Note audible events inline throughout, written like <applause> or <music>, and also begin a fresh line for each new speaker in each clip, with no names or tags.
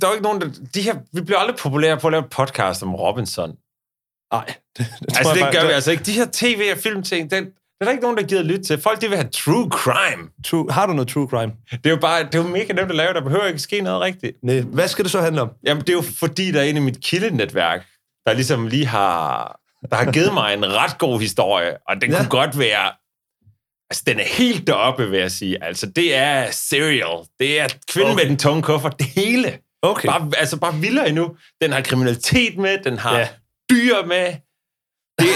der er jo ikke nogen, der, de her, vi bliver aldrig populære på at lave en podcast om Robinson.
Nej, det, det,
Altså, <laughs> det
bare-
gør vi altså ikke. De her tv- og filmting, den, der er der ikke nogen, der gider lytte til. Folk, de vil have true crime.
True, har du noget true crime?
Det er jo bare, det er jo mega nemt at lave, der behøver ikke ske noget rigtigt.
Nej. Hvad skal det så handle om?
Jamen, det er jo fordi, der er en i mit kildenetværk, der ligesom lige har, der har givet mig en ret god historie, og den
Ja.
ja. kunne godt være, altså den er helt deroppe, vil jeg sige. Altså, det er serial, det er kvinden okay.
Okay.
med den tunge kuffert, det hele.
Okay. <laughs>
Bare, <laughs> altså bare vildere endnu. Den har kriminalitet med, den har
Ja.
ja. dyr med. Det,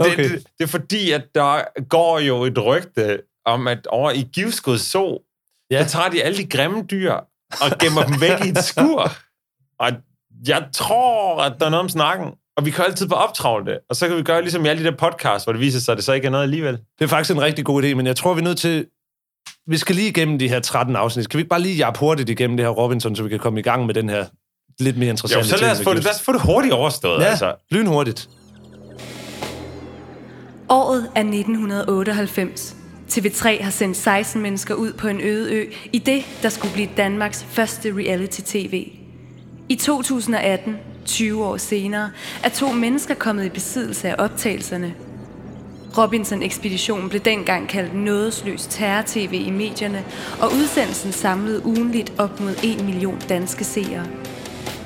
okay.
okay. det, det er fordi, at der går jo et rygte om, at over i Givskud så,
Ja.
ja. der tager de alle de grimme dyr og gemmer dem væk i et skur. Og jeg tror, at der er noget om snakken. Og vi kan altid bare optravle det. Og så kan vi gøre ligesom i alle de der podcasts, hvor det viser sig, at det så ikke er noget alligevel.
det er faktisk en rigtig god idé, men jeg tror, vi er nødt til... Vi skal lige igennem de her 13 afsnit. Kan vi ikke bare lige jappe hurtigt igennem det her Robinson, så vi kan komme i gang med den her lidt mere
Jo,
interessante
så lad
ting,
os,
der
få det,
gives?
lad os få det hurtigt overstået.
Ja,
Ja. Altså.
lynhurtigt.
Året er 1998. TV3 har sendt 16 mennesker ud på en øde ø i det, der skulle blive Danmarks første reality-tv. I 2018, 20 år senere, er to mennesker kommet i besiddelse af optagelserne. Robinson-ekspeditionen blev dengang kaldt nådesløs terror-tv i medierne, og udsendelsen samlede ugenligt op mod 1 million danske seere.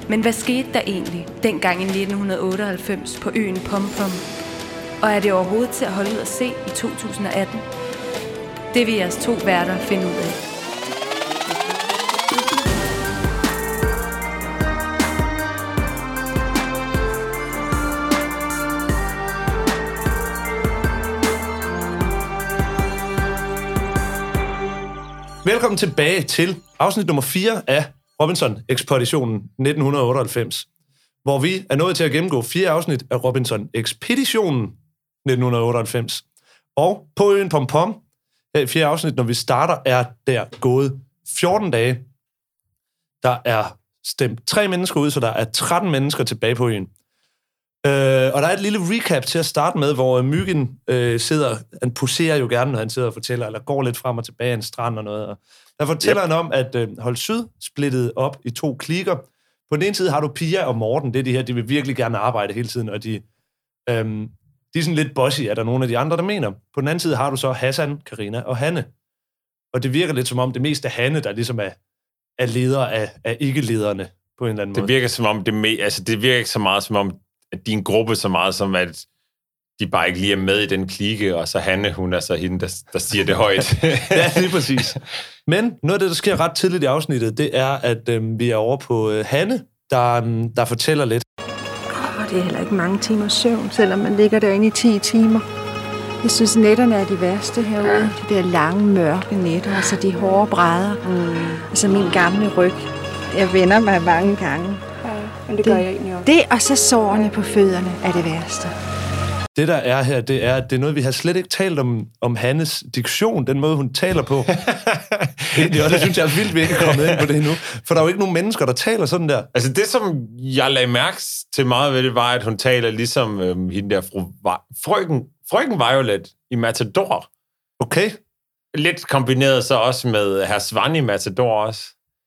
Men hvad skete der egentlig dengang i 1998 på øen Pompom? Og er det overhovedet til at holde ud at se i 2018? Det vil jeres to værter finde ud af.
Velkommen tilbage til afsnit nummer 4 af Robinson-ekspeditionen 1998, hvor vi er nået til at gennemgå fire afsnit af Robinson-ekspeditionen 1998. Og på øen Pom Pom, her i fjerde afsnit, når vi starter, er der gået 14 dage. Der er stemt tre mennesker ud, så der er 13 mennesker tilbage på øen. Øh, og der er et lille recap til at starte med, hvor øh, Myggen øh, sidder, han poserer jo gerne, når han sidder og fortæller, eller går lidt frem og tilbage af en strand og noget. Og der fortæller yep. han om, at øh, Hold Syd splittede op i to klikker. På den ene side har du Pia og Morten, det er de her, de vil virkelig gerne arbejde hele tiden, og de, øhm, de er sådan lidt bossy, er der nogle af de andre, der mener. På den anden side har du så Hassan, Karina og Hanne. Og det virker lidt som om, det mest er Hanne, der ligesom er, er leder af, af ikke-lederne på en eller anden måde.
Det virker som om, det, me, altså, det virker ikke så meget som om, at din gruppe så meget som, at de bare ikke lige er med i den klike, og så Hanne, hun er så hende, der, der siger det højt.
<laughs> ja, lige præcis. Men noget af det, der sker ret tidligt i afsnittet, det er, at øh, vi er over på øh, Hanne, der, øh, der fortæller lidt.
Og det er heller ikke mange timers søvn, selvom man ligger derinde i 10 timer. Jeg synes, nætterne er de værste herude. De der lange, mørke nætter, altså de hårde brædder. Mm. Altså min gamle ryg. Jeg vender mig mange gange.
Men det gør jeg egentlig også.
Det og så sårene på fødderne er det værste.
Det, der er her, det er, at det er noget, vi har slet ikke talt om, om Hannes diktion, den måde, hun taler
<laughs>
på. Egentlig, og det synes jeg er vildt, vi ikke er kommet ind på det endnu. For der er jo ikke nogen mennesker, der taler sådan der.
altså det, som jeg lagde mærke til meget ved det, var, at hun taler ligesom øhm, hende der fru, Va- frøken, frøken Violet i Matador.
Okay?
Lidt kombineret så også med herr Svan i Matador også.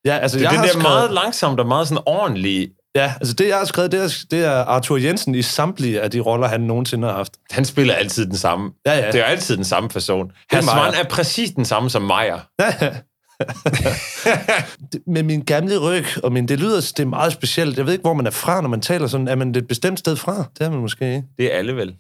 Ja, altså,
Det er
jeg
det
har
der
skrevet,
meget langsomt og meget sådan ordentligt.
Ja, altså det, jeg har skrevet, det er, det er Arthur Jensen i samtlige af de roller, han nogensinde har haft.
Han spiller altid den samme.
Ja, ja.
Det er jo altid den samme person. Herr
Meyer.
Svan er præcis den samme som Meyer.
med min gamle ryg, og min, det lyder det er meget specielt. Jeg ved ikke, hvor man er fra, når man taler sådan. Er man et bestemt sted fra? Det er man måske ikke. <laughs>
Det er alle vel.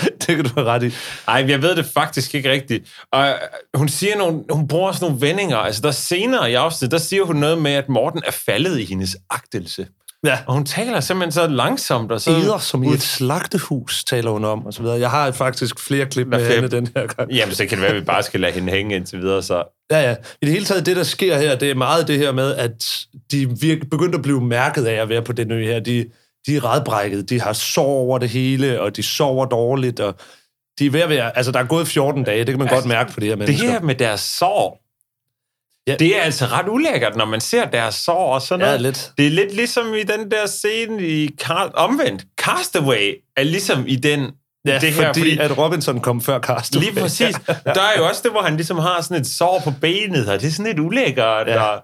det kan du have ret i.
Ej, men jeg ved det faktisk ikke rigtigt. Og øh, hun siger nogle, hun bruger sådan nogle vendinger. Altså, der senere i afsnittet, der siger hun noget med, at Morten er faldet i hendes agtelse.
Ja.
Og hun taler simpelthen så langsomt, og så...
Eder, som i et slagtehus, taler hun om, og så videre. Jeg har faktisk flere klip med
Hvad fanden?
hende den her gang.
Jamen, så kan det være, at vi bare skal lade hende hænge indtil videre, så...
Ja, ja. I det hele taget, det der sker her, det er meget det her med, at de virkelig begyndte at blive mærket af at være på den ø her. De, de er redbrækket, de har sår over det hele, og de sover dårligt, og de er ved at være, altså der er gået 14 dage, det kan man altså, godt mærke på de her
Det
mennesker.
her med deres sår,
Ja.
ja. det er altså ret ulækkert, når man ser deres sår og sådan noget.
Ja, lidt.
Det er lidt ligesom i den der scene i Car- omvendt. Castaway er ligesom i den ja, det her,
fordi,
fordi,
at Robinson kom før Karsten.
Lige præcis. <laughs> Der er jo også det, hvor han ligesom har sådan et sår på benet, og det er sådan lidt ulækkert. Ja.
Ja.
Og,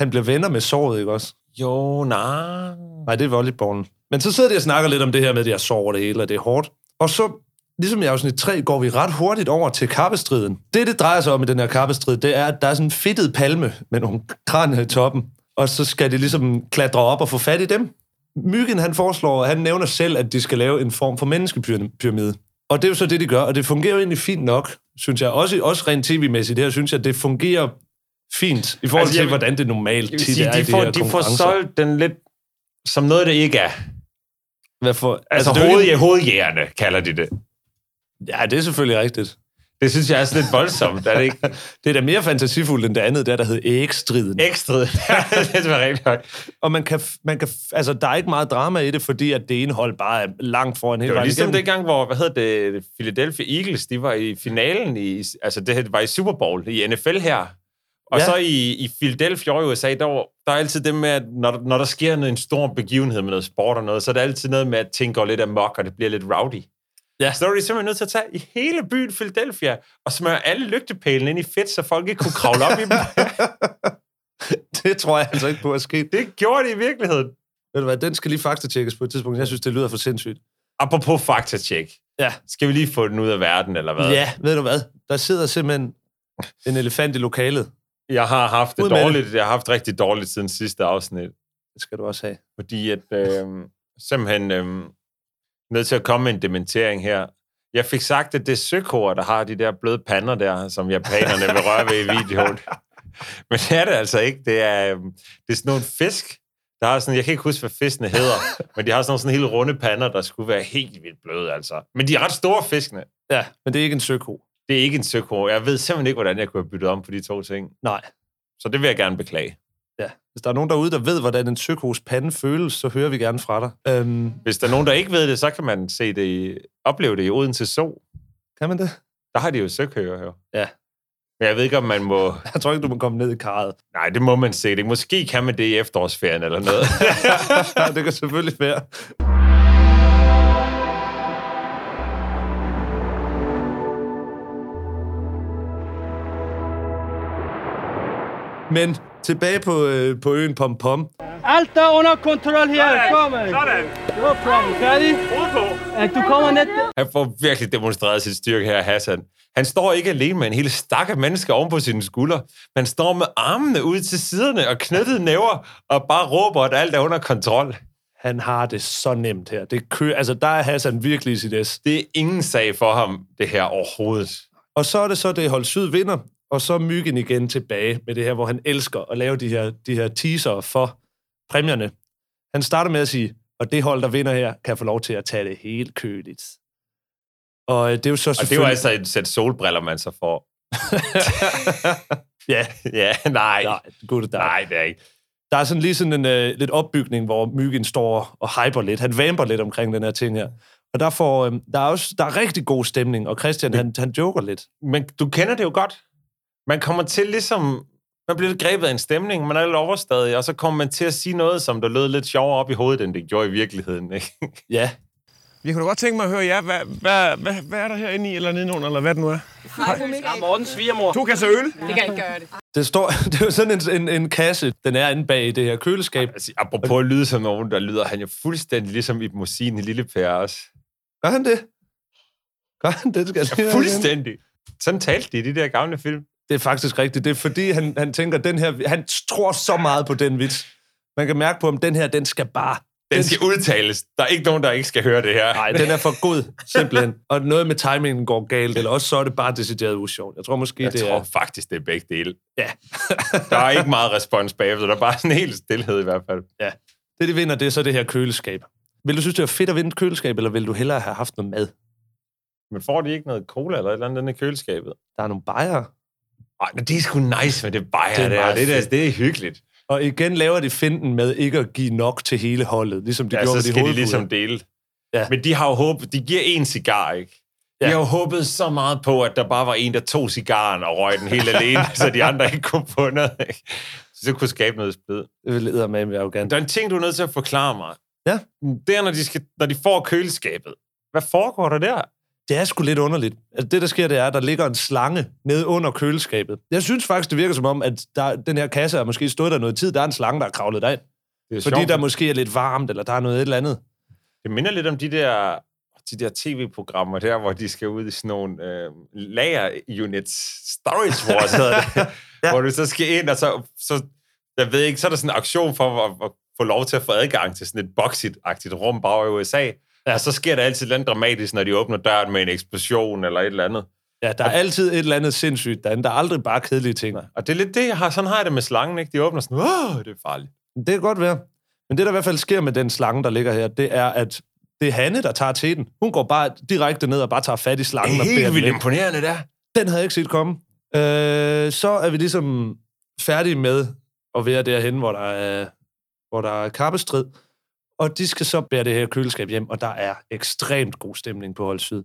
Han bliver venner med såret, ikke også?
jo, nej.
Nej, det er volleyballen. Men så sidder de og snakker lidt om det her med, at jeg sover det hele, og det er hårdt. Og så, ligesom i afsnit 3, går vi ret hurtigt over til kappestriden. Det, det drejer sig om i den her kappestrid, det er, at der er sådan en fedtet palme med nogle kranier i toppen. Og så skal de ligesom klatre op og få fat i dem. Myggen, han foreslår, han nævner selv, at de skal lave en form for menneskepyramide. Og det er jo så det, de gør, og det fungerer jo egentlig fint nok, synes jeg. Også, også rent tv-mæssigt, det her synes jeg, det fungerer fint, i
Altså,
forhold altså,
jeg
til,
vil-
hvordan det normalt
Jeg
tit
vil sige,
er i
de,
de
får,
her
de får
konkurrencer.
solgt den lidt som noget, der ikke er.
Hvad for,
Altså,
det
altså
er jo
hoved,
ikke-
hovedjægerne kalder de det.
Ja, det er selvfølgelig rigtigt.
Det synes jeg er sådan lidt voldsomt, er det ikke? <laughs>
Det er da mere fantasifuldt end det andet, der, der hed ægstriden.
Ekstra. <laughs> det var rigtig højt.
Og man kan, f- man kan, f- altså, der er ikke meget drama i det, fordi at det ene hold bare er langt foran hele
Det var
vejen
ligesom
igennem.
dengang, hvor, hvad hed det, Philadelphia Eagles, de var i finalen i, altså det her det var i Super Bowl i NFL her. Og ja.
Ja.
så i, i Philadelphia og i USA, der, var, der er altid det med, at når, der- når der sker noget, en stor begivenhed med noget sport og noget, så er der altid noget med, at ting går lidt amok, og det bliver lidt rowdy.
Ja.
Så der var de simpelthen nødt til at tage i hele byen Philadelphia og smøre alle lygtepælene ind i fedt, så folk ikke kunne kravle op i
<laughs>
dem.
Det tror jeg altså ikke på at ske.
Det gjorde de i virkeligheden.
<laughs> Ved du hvad, den skal lige faktatjekkes på et tidspunkt. Jeg synes, det lyder for sindssygt.
Apropos faktatjek.
Ja.
Skal vi lige få den ud af verden, eller hvad?
Ja, ved du hvad? Der sidder simpelthen en elefant i lokalet.
Jeg har haft det
Ud med det.
dårligt. Jeg har haft rigtig dårligt siden sidste afsnit.
Det skal du også have.
fordi at øh, simpelthen øh, nødt til at komme med en dementering her. Jeg fik sagt, at det er søkor, der har de der bløde pander der, som japanerne vil røre ved i videoen. Men det er det altså ikke. Det er, øh, det er sådan nogle fisk, der har sådan, jeg kan ikke huske, hvad fiskene hedder, men de har sådan nogle sådan helt runde pander, der skulle være helt vildt bløde, altså. Men de er ret store, fiskene.
Ja, men det er ikke en søko.
Det er ikke en søkor. Jeg ved simpelthen ikke, hvordan jeg kunne have byttet om på de to ting.
Nej.
Så det vil jeg gerne beklage.
Ja. Hvis der er nogen derude, der ved, hvordan en søkos pande føles, så hører vi gerne fra dig. Øhm,
Hvis der er nogen, der ikke ved det, så kan man se det i, opleve det i Odense Zoo.
kan man det? <laughs>
Der har de jo søkøer jo.
Ja.
Men jeg ved ikke, om man må...
Jeg tror ikke, du må komme ned i karret.
Nej, det må man se. Det. Måske kan man det i efterårsferien eller
<laughs>
noget.
det kan selvfølgelig være. Men tilbage på, øh, på øen Pom Pom.
Alt er under kontrol her. Kom, man. Sådan. No problem. Færdig? Hoved på. Du kommer net.
Han får virkelig demonstreret sin styrke her, Hassan. Han står ikke alene med en hel stak af mennesker oven på sine skuldre. Man står med armene ud til siderne og knyttede næver og bare råber, at alt er under kontrol.
Han har det så nemt her. Det kø, altså, der er Hassan virkelig i sit S.
Det er ingen sag for ham, det her overhovedet.
Og så er det så, det hold syd vinder, og så er Myggen igen tilbage med det her, hvor han elsker at lave de her, de her teaser for præmierne. Han starter med at sige, og det hold, der vinder her, kan få lov til at tage det helt køligt. Og øh, det er jo så
Og det er jo
selvfølgelig...
altså et sæt solbriller, man så
<laughs>
får. <laughs>
Ja,
Ja, nej.
nej, gud det der.
Nej, det er ikke.
Der er sådan lige sådan en øh, lidt opbygning, hvor Myggen står og hyper lidt. Han vamper lidt omkring den her ting her. Og der, får, øh, der er også der er rigtig god stemning, og Christian, han, han joker lidt.
men du kender det jo godt. Man kommer til ligesom... Man bliver lidt grebet af en stemning, man er lidt overstadig, og så kommer man til at sige noget, som der lød lidt sjovere op i hovedet, end det gjorde i virkeligheden. Ikke?
Ja,
Jeg kunne da godt tænke mig at høre jer. Hvad, hvad, hvad, hvad er der herinde i, eller nedenunder, eller hvad det nu er?
Morten svigermor.
To kasser øl?
det, står, <laughs> det er jo sådan en, en, en kasse, den er inde bag i det her køleskab.
Altså, apropos at lyde som nogen, der lyder han jo fuldstændig ligesom Ibn Musin i Lille Per også.
Gør han det? Gør han det? Skal jeg lige-
Fuldstændig. Sådan talte de i de der gamle film.
Det er faktisk rigtigt. Det er fordi, han, han tænker, den her, han tror så meget på den vits. Man kan mærke på ham, den her, den skal bare...
Den skal udtales. Der er ikke nogen, der ikke skal høre det her.
Nej, den er for god, simpelthen. Og noget med timingen går galt, eller også så er det bare decideret usjovt. Jeg tror
<laughs>
måske,
Jeg
det
tror
er...
faktisk, det er begge dele.
Ja.
<laughs> Der er ikke meget respons bagefter. Der er bare sådan en hel stillhed i hvert fald.
Det, de vinder, det er så det her køleskab. Vil du synes, det var fedt at vinde et køleskab, eller vil du hellere have haft noget mad?
Men får de ikke noget cola eller et eller andet inde i køleskabet?
Der er nogle bajere.
Ej, men det er sgu nice med det bajer
Det
det
er
der.
meget
Det, der,
fedt.
det er hyggeligt.
Og igen laver de finden med ikke at give nok til hele holdet, ligesom de
ja,
gjorde
så
med de
skal de
hovedpuder.
ligesom dele. Ja.
Ja.
Men de har jo håbet, de giver en cigar, ikke? De
Ja.
har jo håbet så meget på, at der bare var en, der tog cigaren og røg den helt alene, <laughs> så de andre ikke kunne få noget, ikke? Så det kunne skabe noget splid.
Det vil leder med, med arrogant.
Der er en ting, du er nødt til at forklare mig.
Ja.
Det er, når de, skal, når de får køleskabet, Hvad foregår der der?
Det er sgu lidt underligt. Altså, det, der sker, det er, at der ligger en slange nede under køleskabet. Jeg synes faktisk, det virker som om, at der, den her kasse har måske stået der noget tid. Der er en slange, der er kravlet derind.
Det er
Fordi
sjovt.
der måske er lidt varmt, eller der er noget et eller andet.
Det minder lidt om de der, de der tv-programmer der, hvor de skal ud i sådan nogle øh, lager-units. Storage Wars hedder det. ja. Hvor du så skal ind, og så, så, jeg ved ikke, så er der sådan en aktion for at, at få lov til at få adgang til sådan et boxit-agtigt rum bag i USA. Ja. Og så sker der altid et eller andet dramatisk, når de åbner døren med en eksplosion eller et eller andet.
Ja, der er altid et eller andet sindssygt derinde. Der er aldrig bare kedelige ting.
Og det er lidt det, jeg har. Sådan har jeg det med slangen, ikke? De åbner sådan, åh, det er farligt.
Det kan godt være. Men det, der i hvert fald sker med den slange, der ligger her, det er, at det er Hanne, der tager til den. Hun går bare direkte ned og bare tager fat i slangen. og bærer den væk.
imponerende, der.
Den havde jeg ikke set komme. Øh, så er vi ligesom færdige med at være derhen, hvor der er, hvor der er kappestrid. Og de skal så bære det her køleskab hjem, og der er ekstremt god stemning på hold syd.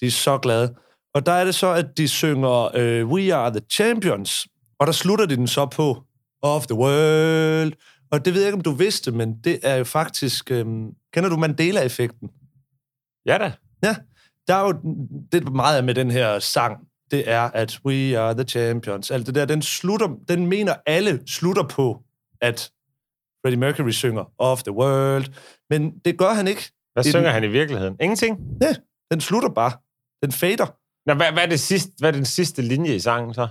De er så glade. Og der er det så, at de synger øh, We Are The Champions, og der slutter de den så på Of The World. Og det ved jeg ikke, om du vidste, men det er jo faktisk... Øh, kender du Mandela-effekten?
Ja da.
Ja, der er jo det meget af med den her sang, det er, at we are the champions. Alt det der, den slutter, den mener alle slutter på, at Freddie Mercury synger of the world, men det gør han ikke.
Hvad
I den-
synger han i virkeligheden? Ingenting?
Ja, den slutter bare. Den fader.
Nå, hvad, hvad, er det sidste, hvad er den sidste linje i sangen så?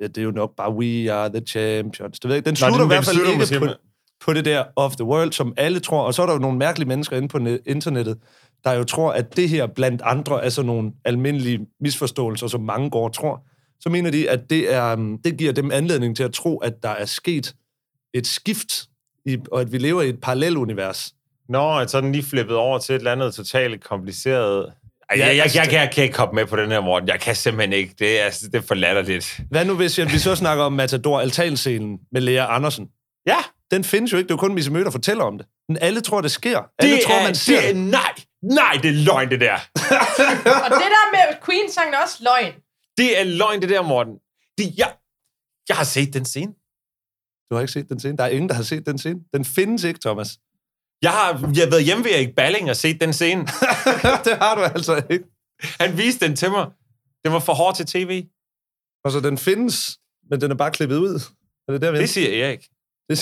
Ja, det er jo nok bare, we are the champions. Det ved jeg ikke. Den
Nå,
slutter
den-
i hvert
den slutter
fald
måske
ikke på,
med-
på det der of the world, som alle tror. Og så er der jo nogle mærkelige mennesker inde på net, internettet, der jo tror, at det her blandt andre er sådan nogle almindelige misforståelser, som mange går og tror. Så mener de, at det, er, øhm, det giver dem anledning til at tro, at der er sket et skift, i, og at vi lever i et parallelunivers.
Nå, at så er den lige flippet over til et eller andet totalt kompliceret... Ej, jeg, jeg, jeg,
altså,
jeg, jeg kan ikke hoppe med på den her morgen. Jeg kan simpelthen ikke. Det er, altså, det er for latterligt.
Hvad nu hvis jeg, vi så snakker om Matador Altalscenen med Lea Andersen?
Ja,
Den findes jo ikke. Det er jo kun Misse Mø, der fortæller om det. Men alle tror, det sker.
det
Alle tror,
er,
man ser
det er, Nej, nej, det er løgn, det der.
Og det der med Queen-sangen er også løgn.
Det er løgn, det der, Morten. Det, jeg, jeg har set den scene.
Du har ikke set den scene. Der er ingen, der har set den scene. Den findes ikke, Thomas. <laughs>
Jeg har jeg har været hjemme ved Erik Balling og set den scene.
det har du altså ikke.
Han viste den til mig. Den var for hård til tv.
Og så den findes, men den er bare klippet ud. Er det der, vi er?
Det siger Erik.
Det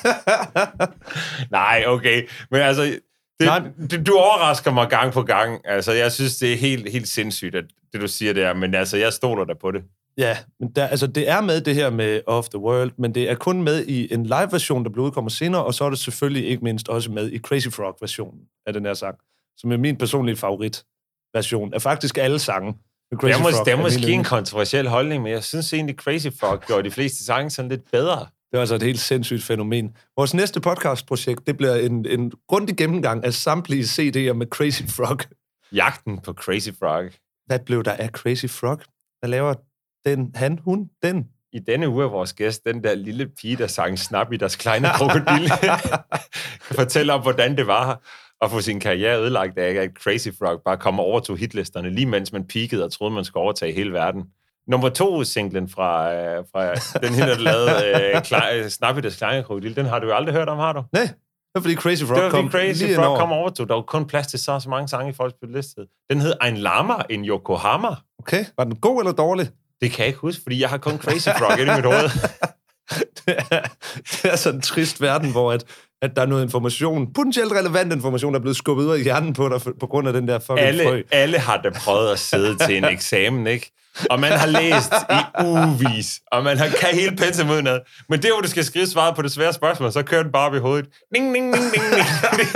siger-
<laughs> Nej, okay. Men altså, det,
Nej.
Det, du overrasker mig gang på gang. Altså, jeg synes, det er helt, helt sindssygt, at det du siger der. Men altså, jeg stoler da på det.
<laughs> ja, men der, altså, det er med det her med Of The World, men det er kun med i en live-version, der bliver udkommet senere, og så er det selvfølgelig ikke mindst også med i Crazy Frog-versionen af den her sang, som er min personlige favorit-version af faktisk alle sange. med Crazy
Der må,
Frog
der
er
er
min
måske en
yndling.
kontroversiel holdning, men jeg synes egentlig, Crazy Frog gjorde de fleste sange sådan lidt bedre.
Det var altså et helt sindssygt fænomen. Vores næste podcastprojekt, det bliver en, en grundig gennemgang af samtlige CD'er med Crazy Frog.
Jagten på Crazy Frog.
Hvad blev der af Crazy Frog? Hvad laver den, han, hun, den?
I denne uge er vores gæst, den der lille pige, der sang Snap i deres kleine
<laughs>
krokodille, kan fortælle om, hvordan det var at få sin karriere ødelagt af, at Crazy Frog bare kom og overtog hitlisterne, lige mens man peakede og troede, man skulle overtage hele verden. Nummer to singlen fra, øh, fra den her, der lavede øh, kle, Snap i deres kleine krokodille, den har du jo aldrig hørt om, har du?
Nej, det var fordi Crazy Frog
Det var
kom
fordi Crazy
lige
Frog
indover.
kom og overtog. Der var kun plads til så, og så mange sange i folks liste. Den hed Ein Lama, en Yokohama.
Okay, var den god eller dårlig?
Det kan jeg ikke huske, fordi jeg har kun Crazy Frog inde i mit hoved.
det er- <laughs> det er sådan en trist verden, hvor at, at der er noget information, potentielt relevant information, der er blevet skubbet ud af hjernen på dig for- på grund af den der fucking frø.
alle, alle har da prøvet at sidde til
<laughs>
en eksamen, ikke? Og man har læst i ugevis, og man har, kan hele pensum udenad. Men det, hvor du skal skrive svaret på det svære spørgsmål, så kører den bare op i hovedet. Ding, ding, ding, ding,
<laughs>
ding.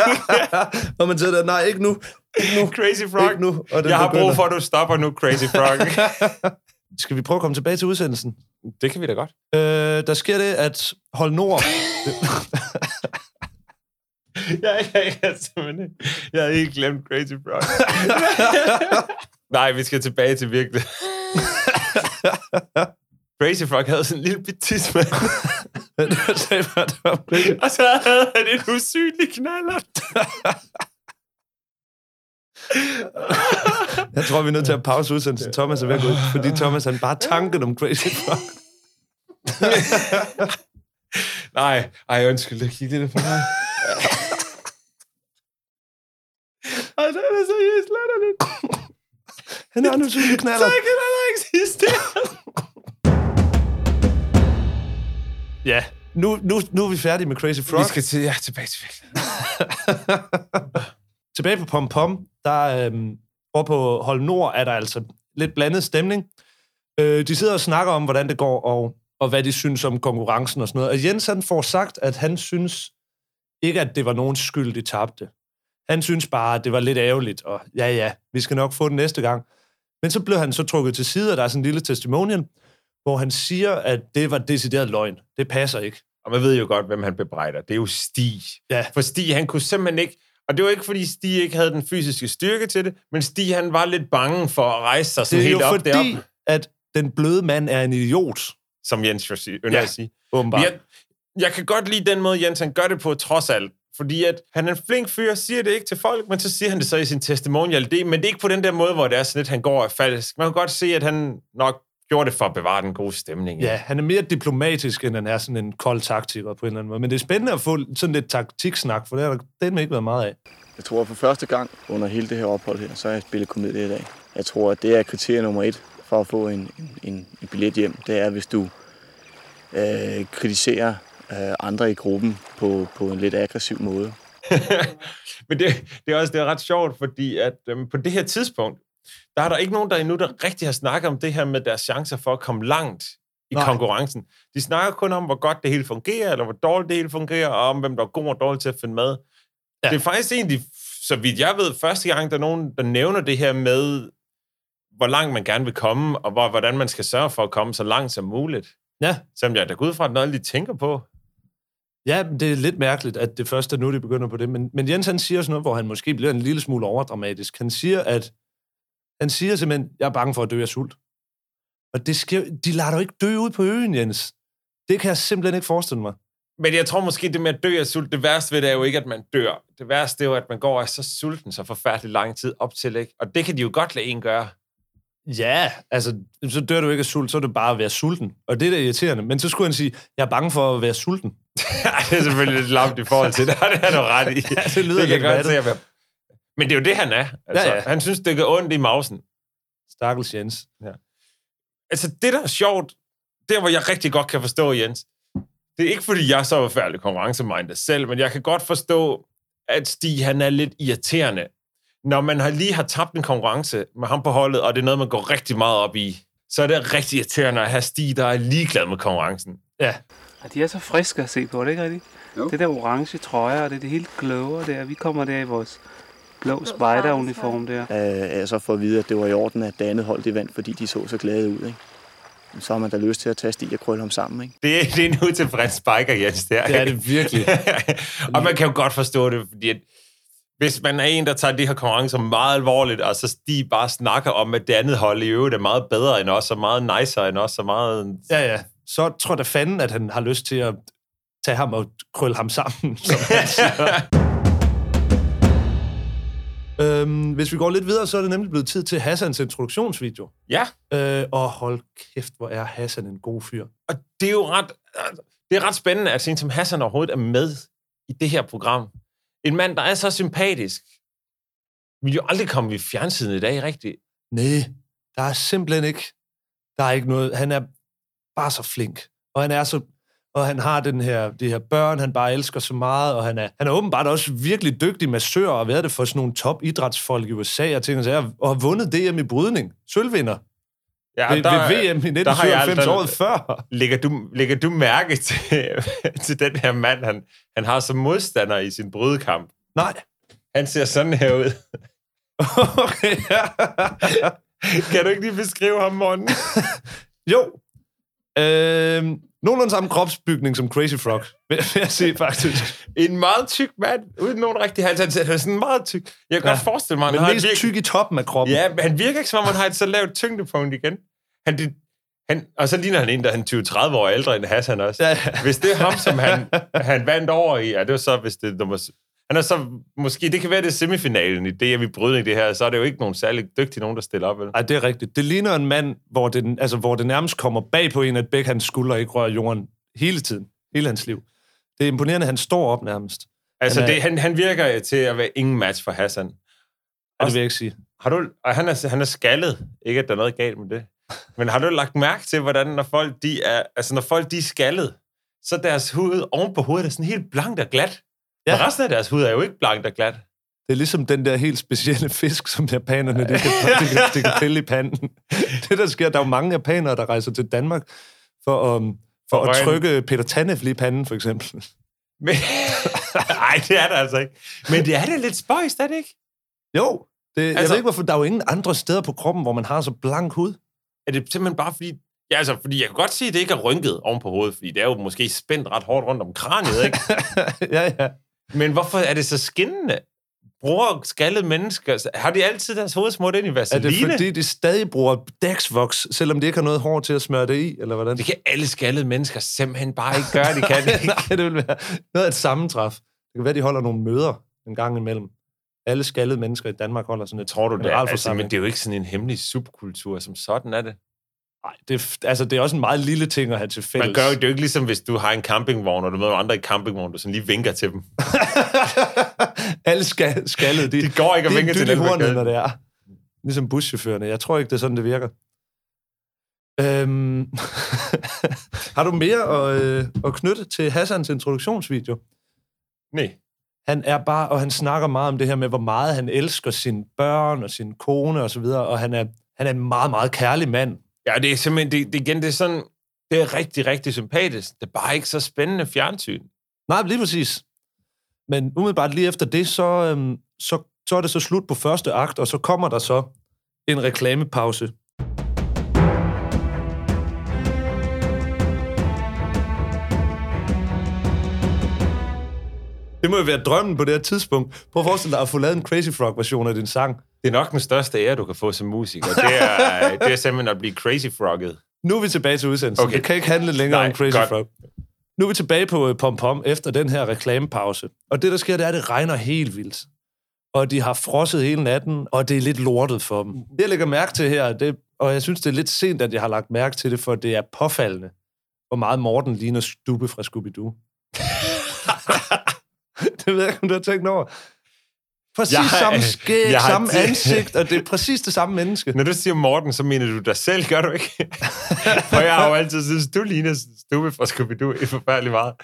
Og man siger der, nej, ikke nu. Ikke nu.
Crazy Frog.
Ikke nu, og den
jeg har brug
begynder.
for, at du stopper nu, Crazy
<laughs>
Frog.
Skal vi prøve at komme tilbage til udsendelsen?
det kan vi da godt.
Øh, der sker det, at Hold Nord... <laughs>
Ja, ja, ja, simpelthen. ikke. Jeg havde helt glemt Crazy
<laughs>
Frog. Nej, vi skal tilbage til virkelig.
<laughs>
Crazy Frog havde sådan en lille bit
<laughs>
tidsmand,
Sagde man, det var Crazy-
og så havde han en usynlig knaller.
Jeg tror, vi er nødt til at pause udsendelsen. Thomas er ved at gå ud, fordi Thomas han bare tanken om Crazy Frog.
<laughs> Nej, ej, undskyld, jeg
<laughs>
kiggede lidt for mig. Ej, det er seriøst, lad
Han er nu synes, knaller.
kan der eksistere.
Ja. Nu, nu, nu er vi færdige med Crazy Frog.
Vi skal til, ja, tilbage til virkeligheden.
<laughs> Tilbage på Pom Pom, der øhm, oppe på Hold Nord, er der altså lidt blandet stemning. Øh, de sidder og snakker om, hvordan det går, og, og hvad de synes om konkurrencen og sådan noget. Og Jens han får sagt, at han synes ikke, at det var nogen skyld, de tabte. Han synes bare, at det var lidt ærgerligt, og ja, ja, vi skal nok få den næste gang. Men så blev han så trukket til side, og der er sådan en lille testimonial, hvor han siger, at det var decideret løgn. Det passer ikke.
<laughs> Og man ved jo godt, hvem han bebrejder. Det er jo Stig.
Ja.
For Stig, han kunne simpelthen ikke... Og det var ikke, fordi Stig ikke havde den fysiske styrke til det, men Stig, han var lidt bange for at rejse sig sådan
Det er
helt
jo
op
fordi,
deroppe,
at den bløde mand er en idiot,
som Jens jo sig- ynder
Ja.
ja. at sige.
åbenbart.
Men Jeg, jeg kan godt lide den måde, Jens han gør det på, trods alt. Fordi at han er en flink fyr, siger det ikke til folk, men så siger han det så i sin testimonial. Det, men det er ikke på den der måde, hvor det er sådan lidt, han går og er falsk. Man kan godt se, at han nok gjorde det for at bevare den gode stemning.
Ja, han er mere diplomatisk, end han er sådan en kold taktiker på en eller anden måde. Men det er spændende at få sådan lidt taktiksnak, for det har der den ikke været meget af.
Jeg tror, at for første gang under hele det her ophold her, så har jeg spillet komedie i dag. Jeg tror, at det er kriterie nummer et for at få en, en, en, en billet hjem. Det er, hvis du øh, kritiserer øh, andre i gruppen på, på en lidt aggressiv måde.
<laughs> Men det, det er også det er ret sjovt, fordi at øhm, på det her tidspunkt, der er der ikke nogen, der endnu der rigtig har snakket om det her med deres chancer for at komme langt i
Nej.
Nej. konkurrencen. De snakker kun om, hvor godt det hele fungerer, eller hvor dårligt det hele fungerer, og om hvem der er god og dårlig til at finde med.
Ja.
Ja. Det er faktisk egentlig, så vidt jeg ved, første gang, der er nogen, der nævner det her med, hvor langt man gerne vil komme, og hvor, hvordan man skal sørge for at komme så langt som muligt.
Ja.
Som jeg da går ud fra, at noget, de tænker på.
Ja, men det er lidt mærkeligt, at det først er nu, de begynder på det. Men, men Jens han siger sådan noget, hvor han måske bliver en lille smule overdramatisk. Han siger, at han siger simpelthen, jeg er bange for at dø af sult. Og det sker, de lader dig jo ikke dø ud på øen, Jens. Det kan jeg simpelthen ikke forestille mig.
Men jeg tror måske, det med at dø af sult, det værste ved det er jo ikke, at man dør. Det værste er jo, at man går og er så sulten så forfærdelig lang tid op til, ikke? Og det kan de jo godt lade en <laughs> gøre.
Ja, altså, så dør du ikke af sult, så er det bare at være sulten. Og det er da irriterende. Men så skulle han sige, jeg er bange for at være sulten.
Ej, det er selvfølgelig lidt lamt i forhold til det, <laughs> og det er du ret i.
Ja, det lyder
det kan
lidt
jeg godt
vattet.
se, at være- Men det er jo det, han er. Altså,
Ja,
ja,
ja.
ja. Han synes, det gør ondt i mausen.
Stakkels Jens.
Altså, det der er sjovt, det er, hvor jeg rigtig godt kan forstå Jens. Det er ikke, fordi jeg er så forfærdelig konkurrencemindet selv, men jeg kan godt forstå, at Stig, han er lidt irriterende. Når man har lige har tabt en konkurrence med ham på holdet, og det er noget, man går rigtig meget op i, så er det rigtig irriterende at have Stig, der er ligeglad med konkurrencen.
Og de er så friske at se på, er det ikke rigtigt? Jo. Det der orange trøjer, og det er det helt glower der. Vi kommer der i vores blå spejderuniform der.
Øh, at jeg så får at vide, at det var i orden, at det andet hold det vandt, fordi de så så glade ud. Ikke? Men Så har man da lyst til at tage Stig og krølle ham sammen. Ikke?
Det er, det er en utilfreds spiker, Jens, det er.
Det er det virkelig.
<laughs> og man kan jo godt forstå det, fordi at hvis man er en, der tager de her konkurrencer meget alvorligt, og så de bare snakker om, at det andet hold i øvrigt er meget bedre end os, og meget nicer end os, og meget...
Ja, ja. Så tror da fanden, at han har lyst til at tage ham og krølle ham sammen, som han siger. øhm, hvis vi går lidt videre, så er det nemlig blevet tid til Hassans introduktionsvideo.
Ja,
Øh, og hold kæft, hvor er Hassan en god fyr.
og det er jo ret, det er ret spændende, at Sintim Hassan overhovedet er med i det her program. En mand, der er så sympatisk, vil jo aldrig komme i fjernsynet i dag, rigtigt?
Nej, der er simpelthen ikke, der er ikke noget. Han er bare så flink, og han er så og han har den her, de her børn, han bare elsker så meget, og han er, han er åbenbart også virkelig dygtig massør, og har været det for sådan nogle topidrætsfolk i USA, og ting og sager, og har vundet DM i brydning, sølvvinder,
Ja,
ved, ved VM i
der har jeg altså-
1997
aldrig-
året før.
Lægger du, lægger du mærke <laughs> til, til den her mand, han, han har som modstander i sin brydekamp?
Nej.
Han ser sådan her ud.
Okay, ja.
<laughs> Kan du ikke lige beskrive ham, Morten?
Jo. Øhm, nogenlunde samme kropsbygning som Crazy Frog, vil vil jeg sige faktisk.
En meget tyk mand, uden nogen rigtig hals. Han ser sådan meget tyk. Jeg kan
Ja.
ja. godt forestille mig, at
Men
han har et
mest
virke-
tyk i toppen af kroppen.
Ja, men han virker ikke, som om han har et så lavt tyngdepunkt igen. Han, det, han, og så ligner han en, der er han 20-30 år ældre end Hassan også.
Ja, ja.
Hvis det er ham, som han, han vandt over i, ja, det var så, hvis det er nummer... s- Han er så, måske, det kan være det er semifinalen i DM i brydning, det her, så er det jo ikke nogen særlig dygtig nogen, der stiller op, vel?
Ej, det er rigtigt. Det ligner en mand, hvor det, altså, hvor det nærmest kommer bag på en, at begge hans skuldre ikke rører jorden hele tiden. Hele hans liv. Det er imponerende, at han står op nærmest.
Altså,
han er-
det, han, han virker til at være ingen match for Hassan.
Ej, det vil jeg ikke sige.
har du, og han er, han er skaldet, ikke at der er noget galt med det, men har du lagt mærke til, hvordan når folk, de er, altså, når folk de er skaldet, så er deres hud oven på hovedet er sådan helt blankt og glat. Ja. Men resten af deres hud er jo ikke blankt og glat.
Det er ligesom den der helt specielle <laughs> fisk, som japanerne de kan, de kan, de kan pille i panden. <laughs> Det, der sker, der er jo mange japanere, der rejser til Danmark for, um,
For
for, for at
røgen.
trykke Peter Tanef lige i panden, for eksempel.
Men, <laughs> nej, det er det altså ikke. Men det er det lidt spøjst, er det ikke?
Jo, det, altså, jeg
Altså-
ved ikke, hvorfor der er jo ingen andre steder på kroppen, hvor man har så blank hud. <laughs>
Er det simpelthen bare fordi... Ja, altså, fordi jeg kan godt se, at det ikke er rynket oven på hovedet, fordi det er jo måske spændt ret hårdt rundt om kraniet,
<laughs>
ikke?
ja, ja.
Men hvorfor er det så skinnende? Bruger skaldede mennesker... Altså, Har de altid deres hoved smurt ind i
Er
vaseline?
det fordi, de stadig bruger Dexvox, selvom de ikke har noget hår til at smøre det i, eller hvordan? <laughs>
Det kan alle skaldede mennesker simpelthen bare ikke gøre, de kan ikke.
Nej, det vil være noget af et sammentræf. Det kan være, de holder nogle møder en gang imellem. Alle skaldede mennesker i Danmark holder sådan et
Tror du det? er- Altså, men
generalforsamling.
det er jo ikke sådan en hemmelig subkultur, som sådan er det.
Nej, det, er f- altså, det er også en meget lille ting at have til fælles.
Man gør jo det er jo ikke ligesom, hvis du har en campingvogn, og du møder nogle andre i campingvogn, du sådan lige vinker til dem.
<laughs> Alle skal, skaldede, de,
De går ikke og
de
vinker
er
til
dyt i
dem.
hornet, når det er. Ligesom buschaufførerne. Jeg tror ikke, det er sådan, det virker. Øhm. <laughs> har du mere at, øh, at knytte til Hassans introduktionsvideo?
Nej.
han er bare, og han snakker meget om det her med, hvor meget han elsker sine børn og sin kone og så videre, og han er, han er en meget, meget kærlig mand.
Ja, det er simpelthen, det, det, igen, det er sådan, det er rigtig, rigtig sympatisk. Det er bare ikke så spændende fjernsyn.
Nej, lige præcis. Men umiddelbart lige efter det, så, øhm, så, så er det så slut på første akt, og så kommer der så en reklamepause. Det må jo være drømmen på det her tidspunkt. Prøv at forestille dig at få lavet en Crazy Frog-version af din sang.
Det er nok den største ære, du kan få som musiker. Det er, det er simpelthen at blive crazy frogget.
Nu er vi tilbage til udsendelsen. Okay.
Okay.
Det kan ikke handle længere
Nej,
om Crazy
godt.
Frog. Nu er vi tilbage på øh, Pom Pom efter den her reklamepause. Og det, der sker, det er, at det regner helt vildt. Og de har frosset hele natten, og det er lidt lortet for
Mhm.
dem. Det, jeg lægger mærke til her, det, og jeg synes, det er lidt sent, at jeg har lagt mærke til det, for det er påfaldende, hvor meget Morten ligner Stubbe fra Scooby-Doo.
<laughs>
det ved jeg ikke, om du har tænkt over. Præcis
Jeg-
samme skæg,
jeg har
samme
tæ-
ansigt, og det er præcis det samme menneske.
Når du siger Morten, så mener du dig selv, gør du ikke? <laughs> For jeg har jo altid syntes, du ligner Stubbe fra Scooby-Doo i forfærdelig meget.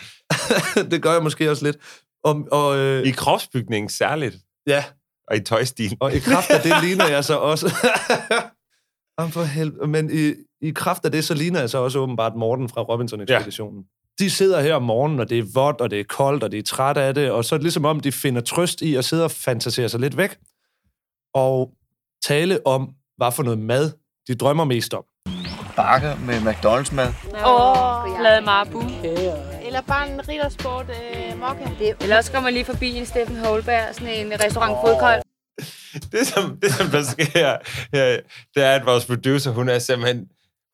<laughs> det gør jeg måske også lidt. Og, og, øh,
I kropsbygningen særligt,
ja,
og i tøjstil.
Og i kraft af det ligner jeg så også... <laughs> Jamen for helvede. Men i, i kraft af det, så ligner jeg så også åbenbart Morten fra Robinson-ekspeditionen. Ja. De sidder her om morgenen, og det er vådt, og det er koldt, og det er træt af det, og så er det ligesom om, de finder trøst i at sidde og fantasere sig lidt væk, og tale om, hvad for noget mad de drømmer mest om.
Bakker med McDonald's-mad.
Åh, oh, lad Marbu.
Eller bare en riddersport øh, mokka.
Eller også kommer lige forbi en Steffen Holberg, sådan en restaurant fodkold.
det, som, det, som der sker her, det er, at vores producer, hun er simpelthen...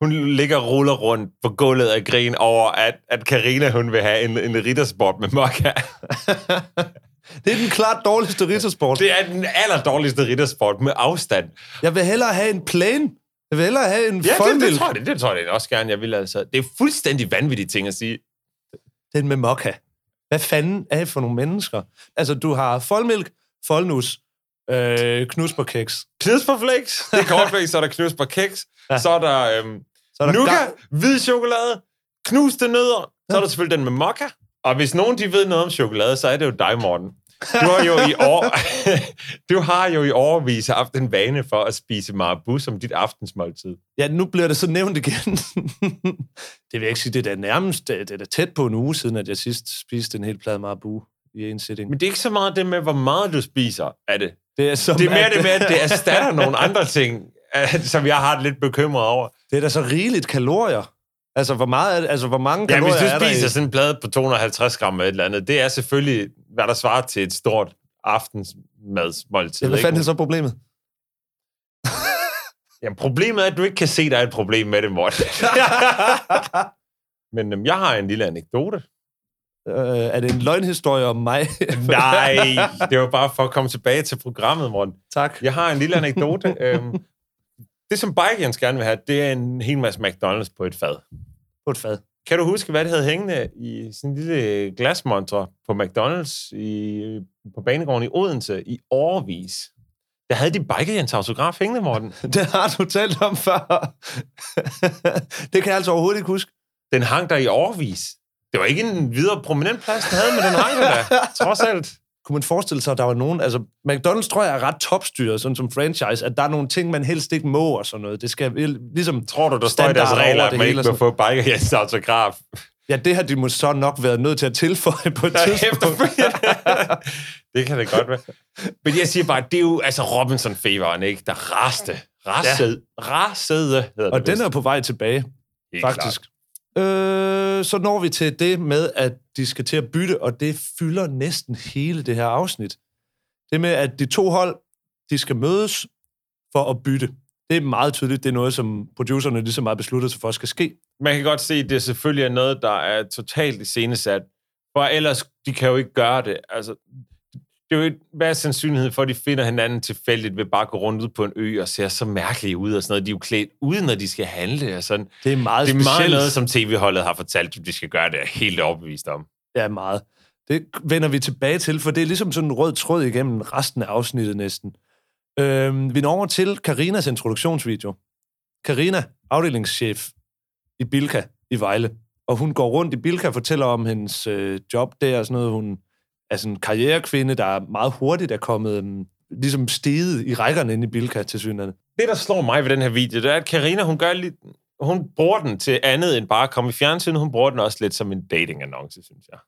Hun ligger og ruller rundt på gulvet af grin over, at, at Karina hun vil have en, en riddersport med <laughs> mokka.
Det er den klart dårligste riddersport.
Det er den allerdårligste riddersport med afstand.
Jeg vil hellere have en plane. Jeg vil hellere have en
Ja, det, det,
fondmælk.
tror jeg, det, det tror jeg det også gerne, jeg vil. Altså. Det er fuldstændig vanvittige ting at sige.
den med mokka. Hvad fanden er det for nogle mennesker? Altså, du har folmælk, folnus, øh, knusperkeks.
Knus på flakes, det er cornflakes, så er der knus på keks,
Ja.
så er der, øhm,
Så er der
nougat,
gar-
hvid chokolade, knuste nødder, så er
Ja.
der selvfølgelig den med mokka. Og hvis nogen de ved noget om chokolade, så er det jo dig, Morten. Du har jo i år, <laughs> du har jo i årvis haft en vane for at spise marabu som dit aftensmåltid.
Ja, nu bliver det så nævnt igen. <laughs> det vil jeg ikke sige, det er da nærmest, det er da tæt på en uge siden, at jeg sidst spiste en hel plade marabu i en sitting.
Men det er ikke så meget det med, hvor meget du spiser af det.
Det er, som,
Det er mere
at-
det med,
<laughs>
at det erstatter nogle andre ting, øh, som jeg har det lidt bekymret over.
Det er da så rigeligt kalorier. Altså, hvor, meget er det, altså, hvor mange
Ja,
kalorier
hvis du
er der i-
spiser sådan en plade på 250 gram af et eller andet, det er selvfølgelig, hvad der svarer til et stort aftensmadsmåltid.
Ja, hvad
ikke?
fanden er så problemet?
Jamen, problemet er, at du ikke kan se, at der er et problem med det, Morten. Men øhm, jeg har en lille anekdote.
Øh, er det en løgnhistorie om mig?
Nej, <laughs> det var bare for at komme tilbage til programmet, Morten.
<laughs> tak.
Jeg har en lille anekdote. øhm, det, som Bike Jens gerne vil have, det er en hel masse McDonald's på et fad.
På et fad.
Kan du huske, hvad det havde hængende i sådan en lille øh, glasmontre på McDonald's i, på banegården i Odense i årevis? Jeg havde din bikerjens autograf hængende, Morten.
Det har du talt om før. det kan jeg altså overhovedet ikke huske.
Den hang der i overvis. Det var ikke en videre prominent plads, den havde, men den hang der, da, trods alt.
Kunne man forestille sig, at der var nogen... Altså, McDonald's tror jeg er ret topstyret, sådan som franchise, at der er nogle ting, man helst ikke må og sådan noget. Det skal vel- ligesom
Tror du, der står i deres
standard
regler,
over
at
det
man
hele
ikke
og
må
sådan-
få bikerjens autograf?
Ja, <laughs> det har de må så nok været nødt til at tilføje på et
<laughs>
tidspunkt.
Det kan det godt være. Men jeg siger bare, det er jo altså Robinson-feveren, ikke? Der raste. Rasede. Ja. Rasede, hedder
Og
det
den er på vej tilbage,
Helt
faktisk. Øh, så når vi til det med, at de skal til at bytte, og det fylder næsten hele det her afsnit. Det med, at de to hold, de skal mødes for at bytte. Det er meget tydeligt, det er noget, som producerne ligesom har besluttet sig for, skal ske.
man kan godt se, at det selvfølgelig er noget, der er totalt iscenesat. For ellers, de kan jo ikke gøre det. Altså, det er jo ikke, hvad er sandsynligheden for, at de finder hinanden tilfældigt ved bare at gå rundt ud på en ø og ser så mærkelige ud og sådan noget. De er jo klædt ud, når de skal handle og sådan.
Det er meget
det er meget
specielt.
noget, som tv-holdet har fortalt, at de skal gøre det, er jeg helt overbevist om.
Ja, meget. Det vender vi tilbage til, for det er ligesom sådan en rød tråd igennem resten af afsnittet næsten. Øhm, vi når over til Karinas introduktionsvideo. Karina, afdelingschef i Bilka i Vejle. Og hun går rundt i Bilka og fortæller om hendes øh, job der og sådan noget. Hun er sådan en karrierekvinde, der meget hurtigt er kommet øhm, ligesom steget i rækkerne inde i Bilka til synerne.
det, der slår mig ved den her video, det er, at Karina, hun gør lidt, hun bruger den til andet end bare at komme i fjernsynet. Hun bruger den også lidt som en dating-annonce, synes jeg.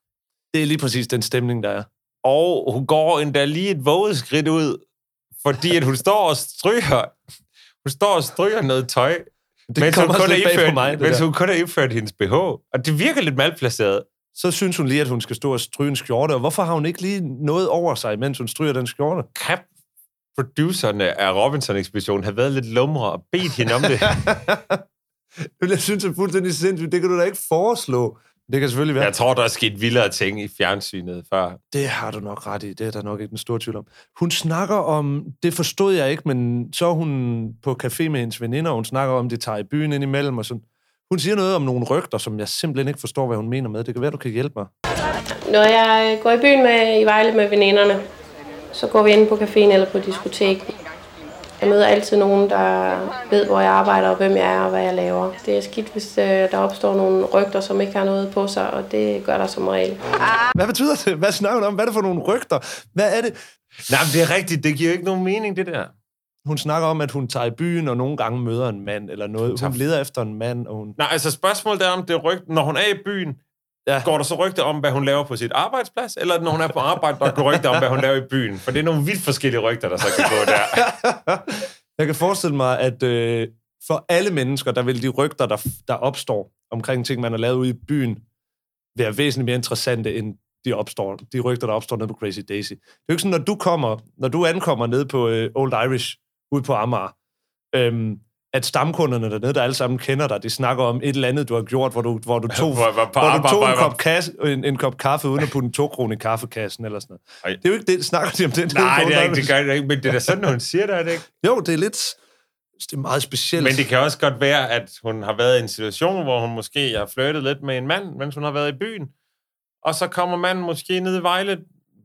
Det er lige præcis den stemning, der er.
Og hun går endda lige et våget skridt ud, fordi at hun står og stryger, hun står og stryger noget tøj,
Det kommer også lidt bag på mig, det
mens
der.
hun kun har indført hendes BH. Og det virker lidt malplaceret.
Så synes hun lige, at hun skal stå og stryge en skjorte, og hvorfor har hun ikke lige noget over sig, mens hun stryger den skjorte?
Kan producerne af Robinson-ekspeditionen have været lidt lumre og bedt hende om det?
Det <laughs> jeg synes jeg er fuldstændig sindssygt. Det kan du da ikke foreslå. Det kan selvfølgelig være.
Jeg tror, der er sket vildere ting i fjernsynet før.
Det har du nok ret i. Det er der nok ikke den store tvivl om. Hun snakker om, det forstod jeg ikke, men så er hun på café med hendes veninder, og hun snakker om, det tager i byen ind imellem og sådan. Hun siger noget om nogle rygter, som jeg simpelthen ikke forstår, hvad hun mener med. Det kan være, du kan hjælpe mig.
Når jeg går i byen med, i Vejle med veninderne, så går vi ind på caféen eller på diskoteket. Jeg møder altid nogen, der ved, hvor jeg arbejder, og hvem jeg er, og hvad jeg laver. Det er skidt, hvis øh, der opstår nogle rygter, som ikke har noget på sig, og det gør der som regel.
Hvad betyder det? Hvad snakker hun om? Hvad er det for nogle rygter? Hvad er det?
Nej, men det er rigtigt. Det giver jo ikke nogen mening, det der.
Hun snakker om, at hun tager i byen, og nogle gange møder en mand eller noget. Hun leder efter en mand, og hun...
Nej, altså spørgsmålet er, om det er rygt, når hun er i byen,
ja.
går der så rygte om, hvad hun laver på sit arbejdsplads, eller når hun er på arbejde, der går rygte om, hvad hun laver i byen? For det er nogle vidt forskellige rygter, der så kan <laughs> gå der.
Jeg kan forestille mig, at øh, for alle mennesker, der vil de rygter, der, der opstår omkring ting, man har lavet ude i byen, være væsentligt mere interessante, end de, opstår, de rygter, der opstår nede på Crazy Daisy. Det er jo ikke sådan, når du, kommer, når du ankommer nede på øh, Old Irish, ude på Amager, øhm, at stamkunderne dernede, der alle sammen kender dig, de snakker om et eller andet, du har gjort, hvor du, hvor du tog,
Hvor jeg var på
hvor du
arbejde, hvor
tog en,
jeg var-
kop kasse, en, en kop kaffe, uden at putte en to krone i kaffekassen, eller sådan
noget.
Det er jo ikke det, snakker de om det. nede
Nej,
på
det er
Old
ikke, det
Irish?
gør det ikke, men det er da sådan, hun siger det, er det ikke?
Jo, det er lidt... Det er meget specielt.
Men det kan også godt være, at hun har været i en situation, hvor hun måske har flirtet lidt med en mand, mens hun har været i byen. Og så kommer manden måske ned i Vejle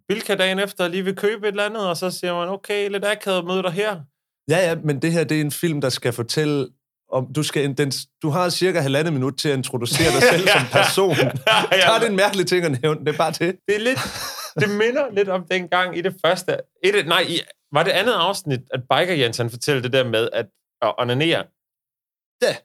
Bilka dagen efter og lige vil købe et eller andet, og så siger man, okay, lidt akavet møde dig her. <laughs>
Ja, ja, men det her, det er en film, der skal fortælle om, du, skal, den, du har cirka halvandet minut til at introducere
<laughs>
dig selv som person. <laughs> Der er det en mærkelig ting at nævne, det er bare det.
Det er lidt, det minder lidt om dengang i det første. Et, af- nej, i, var det andet afsnit, at Biker Jensen fortæller det der med at, at onanere?
Ja.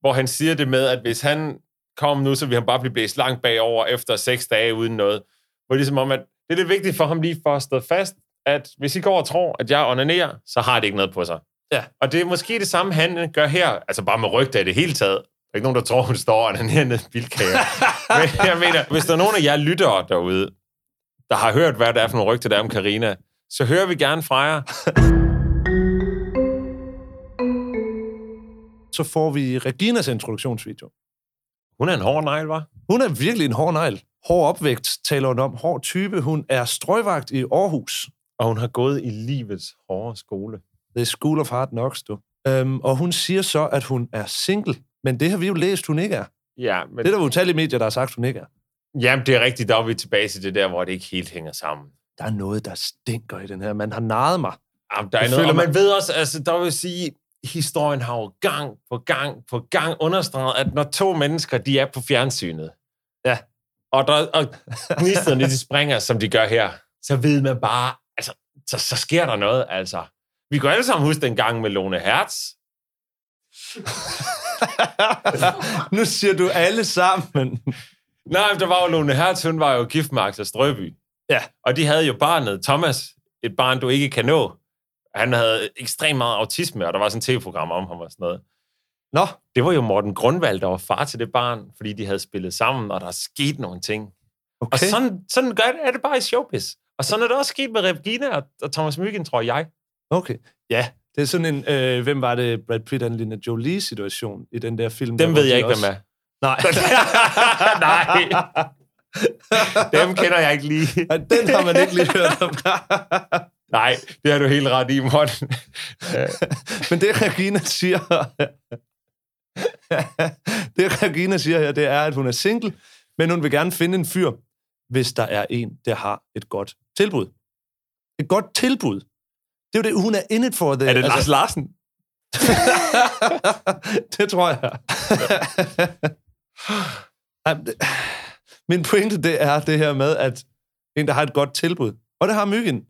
Hvor han siger det med, at hvis han kom nu, så ville han bare blive blæst langt bagover efter seks dage uden noget. Hvor det er som om, at det er lidt vigtigt for ham lige for at stå fast, at hvis I går og tror, at jeg onanerer, så har det ikke noget på sig.
Ja.
Og det er måske det samme, han gør her. Altså bare med rygter i det hele taget. Der er ikke nogen, der tror, hun står og onanerer nede i bilkager. Men jeg mener, hvis der er nogen af jer lyttere derude, der har hørt, hvad der er for nogle rygter, der er om Karina, så hører vi gerne fra jer.
Så får vi Reginas introduktionsvideo.
Hun er en hård negl, var.
Hun er virkelig en hård negl. Hård opvægt, taler hun om. Hård type. Hun er strøjvagt i Aarhus.
Og hun har gået i livets hårde skole.
The School of Hard Knocks, du. Øhm, og hun siger så, at hun er single. Men det har vi jo læst, hun ikke er.
Ja, men...
Det er der utallige medier, der har sagt, hun ikke er.
Jamen, det er rigtigt. Der er vi tilbage til det der, hvor det ikke helt hænger sammen.
Der er noget, der stinker i den her. Man har narret mig.
Jamen, der er
Jeg
noget,
føler,
og man
man-
ved også, altså, der vil sige, historien har jo gang på gang på gang understreget, at når to mennesker, de er på fjernsynet,
ja.
og, der, og gnisterne, de springer, som de gør her, så ved man bare, altså, så, så sker der noget, altså. Vi kan jo alle sammen huske den gang med Lone Hertz.
nu siger du alle sammen.
Nej, men der var jo Lone Hertz, hun var jo gift med Axel Strøby.
Ja.
Og de havde jo barnet, Thomas, et barn, du ikke kan nå. Han havde ekstremt meget autisme, og der var sådan et tv-program om ham og sådan noget.
Nå.
Det var jo Morten Grundvald, der var far til det barn, fordi de havde spillet sammen, og der er sket nogle ting.
Okay.
Og sådan, sådan gør det, er det bare i showbiz. Og sådan er det også sket med Regina og, og Thomas Myggen, tror jeg.
Okay. Ja, det er sådan en, øh, hvem var det, Brad Pitt og Angelina Jolie-situation i den der film?
Dem
der,
ved
hvor
jeg
de
ikke,
også-
hvem er.
Nej.
<laughs>
<laughs>
Nej. Dem kender jeg ikke
<laughs>
lige.
Den har man ikke lige hørt om.
Nej, det har du helt ret i, Morten.
<laughs> Men det Regina siger... <laughs> det Regina siger her, det er, at hun er single, men hun vil gerne finde en fyr, hvis der er en, der har et godt tilbud. Et godt tilbud. Det er jo det, altså- hun er in it for. The,
Er det Lars Larsen?
<laughs> det tror jeg. Ej, men det- Min pointe, det er det her med, at en, der har et godt tilbud, og det har Myggen,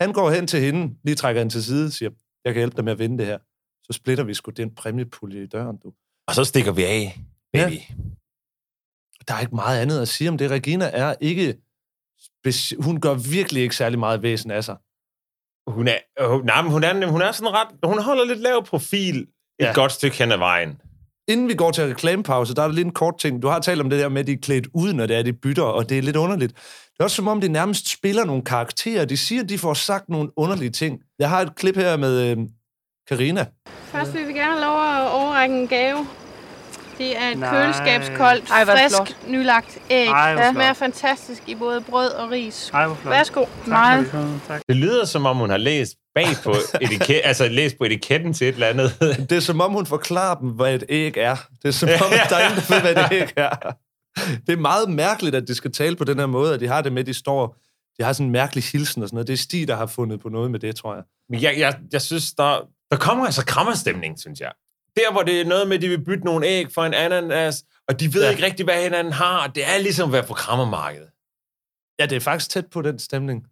han går hen til hende, lige trækker hende til side og siger, jeg kan hjælpe dig med at vinde det her. Så splitter vi sgu den præmiepulje i døren, du.
Og så stikker vi af, baby. Ja.
Der er ikke meget andet at sige om det. Regina er ikke... speci- Hun gør virkelig ikke særlig meget væsen af sig.
Hun er, øh, nej, men hun er, hun er sådan ret... Hun holder lidt lav profil et ja. godt stykke hen ad vejen.
Inden vi går til reklamepause, der er der lige en kort ting. Du har talt om det der med, at de er klædt ud, når det er, de bytter, og det er lidt underligt. Det er også som om, det nærmest spiller nogle karakterer. De siger, at de får sagt nogle underlige ting. Jeg har et klip her med øh, Karina.
Først vil vi gerne have lov at overrække en gave. Det er et
Nej.
køleskabskoldt,
Ej, hvor
frisk,
flot.
nylagt æg.
Ej, hvor
det
flot.
smager fantastisk i både brød og ris.
Ej, hvor flot.
Værsgo. Meget.
Tak. Det lyder, som om hun har læst bag <laughs> på, etiket, altså læst på etiketten til et eller andet. <laughs>
Det er som om, hun forklarer dem, hvad et æg er. Det er som om, der er ingen, der ved, hvad et æg er. Det er meget mærkeligt, at de skal tale på den her måde, og de har det med, at de står... De har sådan en mærkelig hilsen og sådan noget. Det er Stig, der har fundet på noget med det, tror jeg.
Men jeg, jeg, jeg synes, der, der kommer altså krammerstemning, synes jeg. Der, hvor det er noget med, at de vil bytte nogle æg for en ananas, og de ved ja. ikke rigtig, hvad hinanden har. Det er ligesom at være på krammermarkedet.
Ja, det er faktisk tæt på den stemning.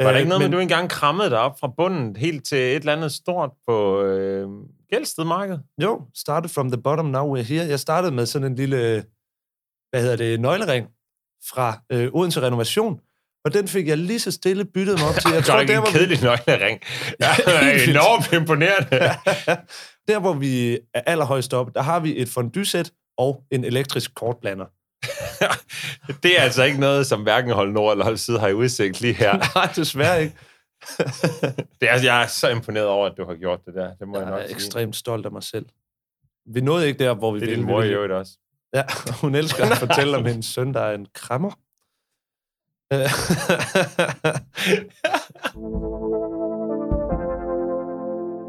Var der
Øh,
ikke noget men...
men-
med, at du engang krammede dig op fra bunden helt til et eller andet stort på øh, Gældsted Marked?
Jo, started from the bottom, now we're here. Jeg startede med sådan en lille, hvad hedder det, nøglering fra øh, Odense Renovation, og den fik jeg lige så stille byttet mig op
<laughs>
til. Jeg
det var ikke
der,
en
hvor vi-
kedelig
<laughs>
nøglering. <laughs> Jeg er enormt imponerende.
Der, hvor vi er allerhøjst op, der har vi et fondysæt og en elektrisk kortblander.
<laughs> Det er altså ikke noget, som hverken Hold Nord eller Hold Syd har i udsigt lige
<laughs>
her.
Nej, desværre ikke.
Det er, jeg er så imponeret over, at du har gjort det der. Det må jeg,
Jeg
nok
er
sige.
ekstremt stolt af mig selv. Vi nåede ikke der, hvor vi
Det er din
ville.
mor
Vi
i
ville-
øvrigt også.
Ja, <laughs> hun elsker at fortælle om hendes søn, der er en krammer. Øh. <laughs>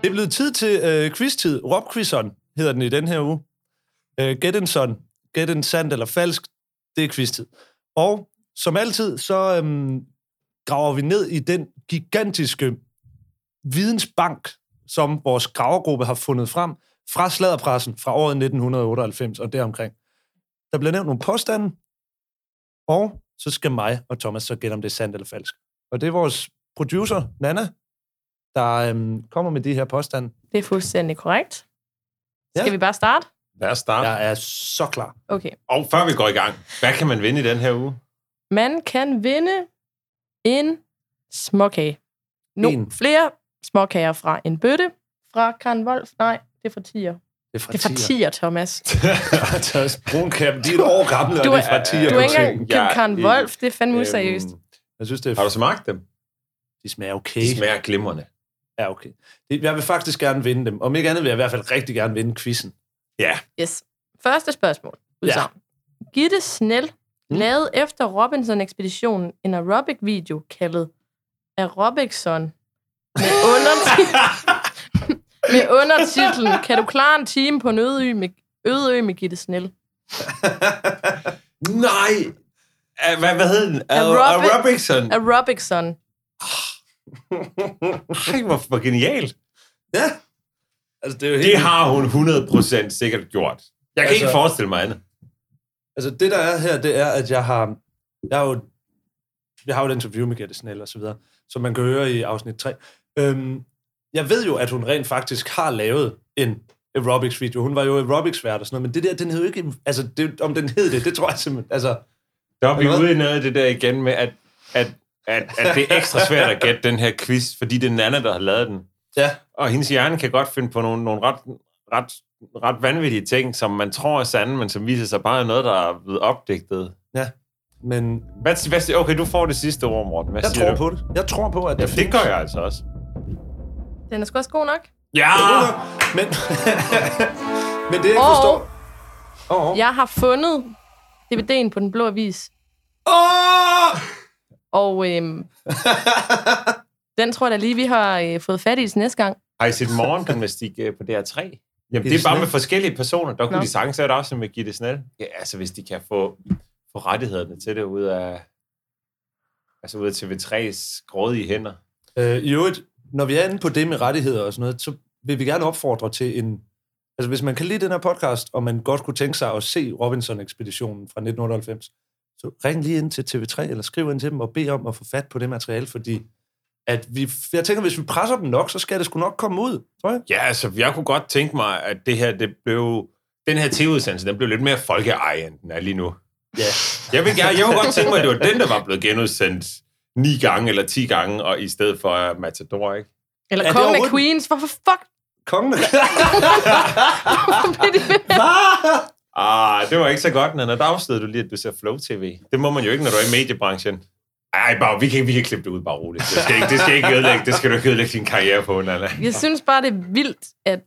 Det er blevet tid til øh, quiz-tid. Rob-quizzen hedder den i den her uge. Øh, Gæt en sådan. Gæt en sandt eller falsk. Det er quiz-tid. Og som altid, så øhm, graver vi ned i den gigantiske vidensbank, som vores gravergruppe har fundet frem fra sladderpressen fra året 1998 og deromkring. Der bliver nævnt nogle påstande, og så skal mig og Thomas så gætte, om det er sandt eller falsk. Og det er vores producer, Nana, der øhm, kommer med de her påstande.
Det er fuldstændig korrekt. Skal
Ja.
vi bare starte?
Lad os starte.
Jeg er så klar.
Okay.
Og før vi går i gang, hvad kan man vinde i den her uge?
Man kan vinde en småkage. No,
En.
flere småkager fra en bøtte. Fra Karen Wolf. Nej, det er fra Tier.
Det er fra
det er fra
<laughs> Tier.
Tier, Thomas.
Thomas Brunkæm, de er et år gamle, og
Du
det
er,
er fra Øhm, 10
du er ikke engang Kim Karen Wolf. Det er fandme
Øhm,
useriøst.
Jeg synes, det er...
Har du smagt dem?
De smager okay.
De smager glimrende.
Ja, okay. Det- Jeg vil faktisk gerne vinde dem. Om ikke andet vil jeg i hvert fald rigtig gerne vinde quizzen.
Ja.
Yes. Første spørgsmål.
ja.
Gitte Snell mm. lavede efter Robinson-ekspeditionen en aerobic-video kaldet Aerobicson med,
<laughs>
undertitlen, med undertitlen Kan du klare en time på en øde ø med, øde ø med Gitte Snell?
Nej! Ah, Hvad, hvad hed den?
Aerobic-
Aerobicson.
Aerobicson.
Ej, hvor, hvor genialt.
Ja. Altså, det, er jo
Det har hun 100% sikkert gjort. Jeg kan
Altså-
ikke forestille mig andet.
Altså, det der er her, det er, at jeg har... Jeg har jo, jeg har jo et interview med Gette Snell og så videre, som man kan høre i afsnit 3. Øhm, jeg ved jo, at hun rent faktisk har lavet en aerobics-video. Hun var jo aerobics-vært og sådan noget, men det der, den hed jo ikke... Altså, det, om den hed det, det tror jeg simpelthen... Altså,
Der er vi
Eller hvad?
ude i noget af det der igen med, at, at, at, at det er ekstra svært at gætte den her quiz, fordi det er Nana, der har lavet den.
Ja.
Og hendes hjerne kan godt finde på nogle, nogle ret, ret, ret vanvittige ting, som man tror er sande, men som viser sig bare er noget, der er blevet opdigtet.
ja, men...
Hvad, hvad, siger- okay, du får det sidste ord, Morten. Hvad
Jeg
siger
tror
du?
på det. Jeg tror på, at
Ja,
det
det gør jeg altså også.
Den er sgu også god nok.
Ja!
Men, <laughs> men det, jeg ikke
Og-
forstår... Åh, åh.
Jeg har fundet DVD'en på Den Blå Avis,
Åh! <laughs>
og øhm, den tror jeg da lige, vi har øh, fået fat i til næste gang.
Har I set morgengymnastik øh, på DR3? Jamen, det
Gitte
er bare
Snell.
med forskellige personer. Der kunne
Nå.
de sagtens have det også med Gitte Snell. Ja, altså, hvis de kan få, få rettighederne til det ud af, altså ud af TV3's grådige hænder.
Øh, I øvrigt, når vi er inde på det med rettigheder og sådan noget, så vil vi gerne opfordre til en... Altså, hvis man kan lide den her podcast, og man godt kunne tænke sig at se Robinson-ekspeditionen fra 1998, så ring lige ind til TV3, eller skriv ind til dem og bed om at få fat på det materiale, fordi at vi, jeg tænker, hvis vi presser dem nok, så skal det sgu nok komme ud, tror jeg.
Ja, altså, jeg kunne godt tænke mig, at det her, det blev... Den her tv-udsendelse, den blev lidt mere folkeeje, end den er lige nu.
Ja.
Jeg, vil gerne, jeg kunne godt tænke mig, at det var den, der var blevet genudsendt ni gange eller ti gange, og i stedet for uh, Matador, ikke?
Eller
Er det
Kongen af
overhovedet-
Queens. Hvorfor fuck?
Kongen af
Ah, det var ikke så godt, Nana. Der afslørede du lige, at du ser Flow TV. Det må man jo ikke, når du er i mediebranchen. Ej, bare, vi kan, ikke- vi kan klippe det ud bare roligt. Det skal, ikke, det skal, ikke ødelægge, det skal du ikke ødelægge din karriere på, Nana.
<laughs> Jeg synes bare, det er vildt, at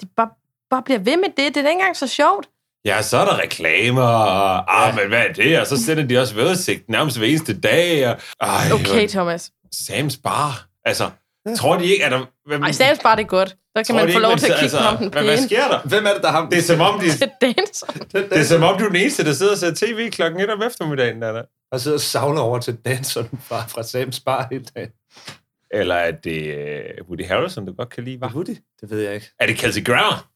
de bare, bare bliver ved med det. Det er da ikke engang så sjovt.
Ja, så er der reklamer, og ah, men hvad er det? Og så sender de også vejrudsigt nærmest hver eneste dag. Og, ej,
Okay,
hvor-
Thomas.
Sam's Bar. Altså, tror de ikke, at der... Hvem,
Ej, Sam's bare det er godt. Der kan
tror
man
de
få
ikke,
lov til at
så- altså,
kigge på den
hvad, hvad sker der?
Hvem er det, der har...
Det er som om, de,
<laughs> Danser.
det er som om du er den eneste, der sidder og ser tv klokken 1 om eftermiddagen, Nana.
Og sidder og savner over til danseren fra, fra Sam's Bar hele dagen.
Eller er det øh, Woody Harrelson, du godt kan lide? Var
Woody? Det ved jeg ikke.
Er det Kelsey Grammer?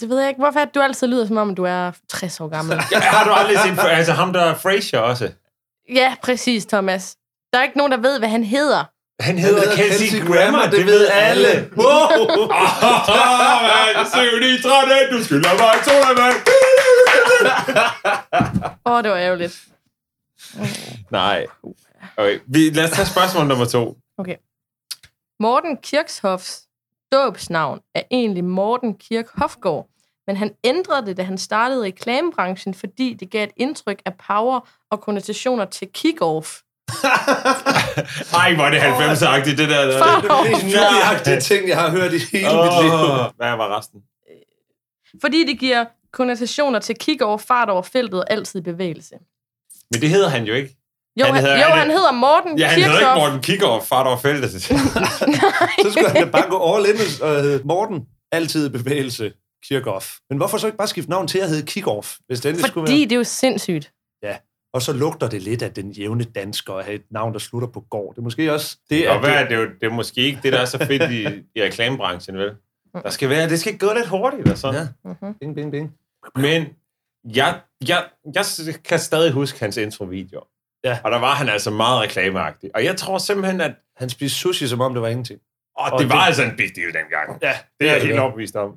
Det ved jeg ikke. Hvorfor er det, du altid lyder, som om du er 60 år gammel?
Ja, har du aldrig set altså ham, der er Frasier også?
ja, præcis, Thomas. Der er ikke nogen, der ved, hvad han hedder.
Han hedder
hedder
Kelsey,
Kelsey
Grammer,
Grammer,
det,
det
ved
ved
alle.
alle.
Wow! oh, man, syv, ni, tretten, du skylder mig to af mig.
Åh, oh, det var ærgerligt.
Nej. Okay, vi, lad os tage spørgsmål nummer to.
Okay. Morten Kirchhoffs dåbsnavn er egentlig Morten Kirk Hofgaard, men han ændrede det, da han startede i reklamebranchen, fordi det gav et indtryk af power og konnotationer til kick-off.
<laughs> Ej, hvor er det 90'er-agtigt, det der.
Fuck.
Det er den mest nydelige ting, jeg har hørt i hele oh. mit liv.
Åh, Hvad var resten?
Fordi det giver konnotationer til kick-off, fart over feltet og altid i bevægelse.
Men det hedder han jo ikke.
Jo, han, hedder, jo, han, hedder Morten
Ja, han hedder ikke
Kirchhoff.
Morten Kikov, far der feltet.
så skulle han da bare gå all in og hedde Morten. Altid i bevægelse. Kirchhoff. Men hvorfor så ikke bare skifte navn til at hedde Kickoff, hvis det endelig skulle
Fordi
være?
det er jo sindssygt.
Ja. Og så lugter det lidt af den jævne dansker at have et navn, der slutter på gård. Det er måske også...
Det
er
kan godt være, at det er, jo- det er måske ikke det, der er så fedt i, i reklamebranchen, vel? Der skal være, det skal gå lidt hurtigt og sådan.
Ja. Bing, bing, bing.
Men jeg, jeg, jeg kan stadig huske hans introvideo.
Ja.
Og der var han altså meget reklameagtig. Og jeg tror simpelthen, at
Han spiste sushi, som om det var ingenting.
åh,
Og
det var
det-
altså en big deal dengang.
Ja,
det er jeg
det
helt
var.
overbevist om.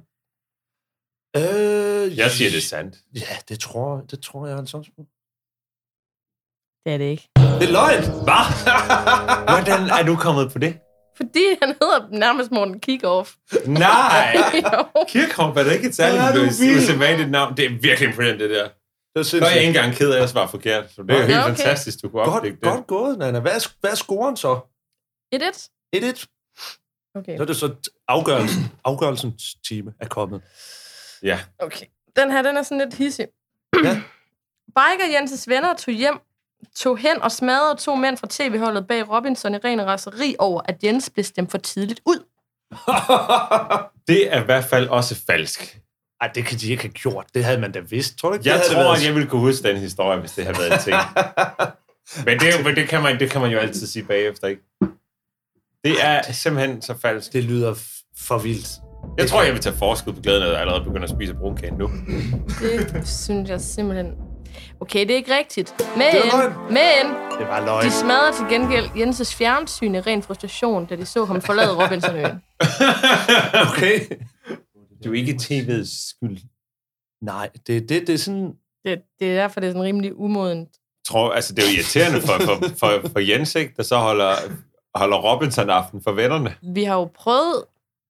Øh,
Jeg siger, det er sandt.
Ja, det tror, det tror jeg, han sådan
Det er det ikke.
Det er løgn!
Hvad? <laughs> Hvordan er du kommet på det?
Fordi han hedder nærmest Morten Kick-off.
Nej!
<laughs> Jo.
Kirchhoff er da ikke et særligt
Hvor er du vild.
usædvanligt navn. Det er virkelig imponerende, det der.
Det
Nå, jeg er ikke engang ked af at svare forkert. Så det er
Ja,
jo helt
okay.
fantastisk, du kunne
Godt,
opdække det.
godt gået, Nana. Hvad er, hvad er scoren så?
1-1?
1-1.
Okay.
Så er det så t- afgørelsen. Afgørelsens time er kommet.
Ja.
<clears throat> Okay. Den her, den er sådan lidt hissig.
Ja.
Biker Jensens venner tog hjem, tog hen og smadrede to mænd fra tv-holdet bag Robinson i ren raseri over, at Jens blev stemt for tidligt ud.
Det er i hvert fald også falsk.
Ej, det kan de ikke have gjort. Det havde man da vidst. Tror du ikke,
Jeg
det havde
tror,
været-
at jeg ville kunne huske den historie, hvis det havde været en
<laughs>
ting. men det, er jo- men det, kan man, det kan man jo altid sige bagefter, ikke? Det er simpelthen så falsk.
Det lyder for vildt.
Jeg tror, jeg vil tage forskud på glæden, og allerede begynde at spise brunkagen nu.
Det synes jeg simpelthen... Okay, det er ikke rigtigt. Men,
Det var løgn.
men,
Det var
de smadrede til gengæld Jenses fjernsyn i ren frustration, da de så ham forlade Robinsonøen.
<laughs> Okay.
Det er jo ikke tv's skyld.
Nej, det, det, det er sådan...
Det, <laughs> det er derfor, det er sådan rimelig umodent.
Tror, altså, det er jo irriterende for, for, for, for Jens, ikke? Der så holder, holder Robinson-aften for vennerne.
Vi har jo prøvet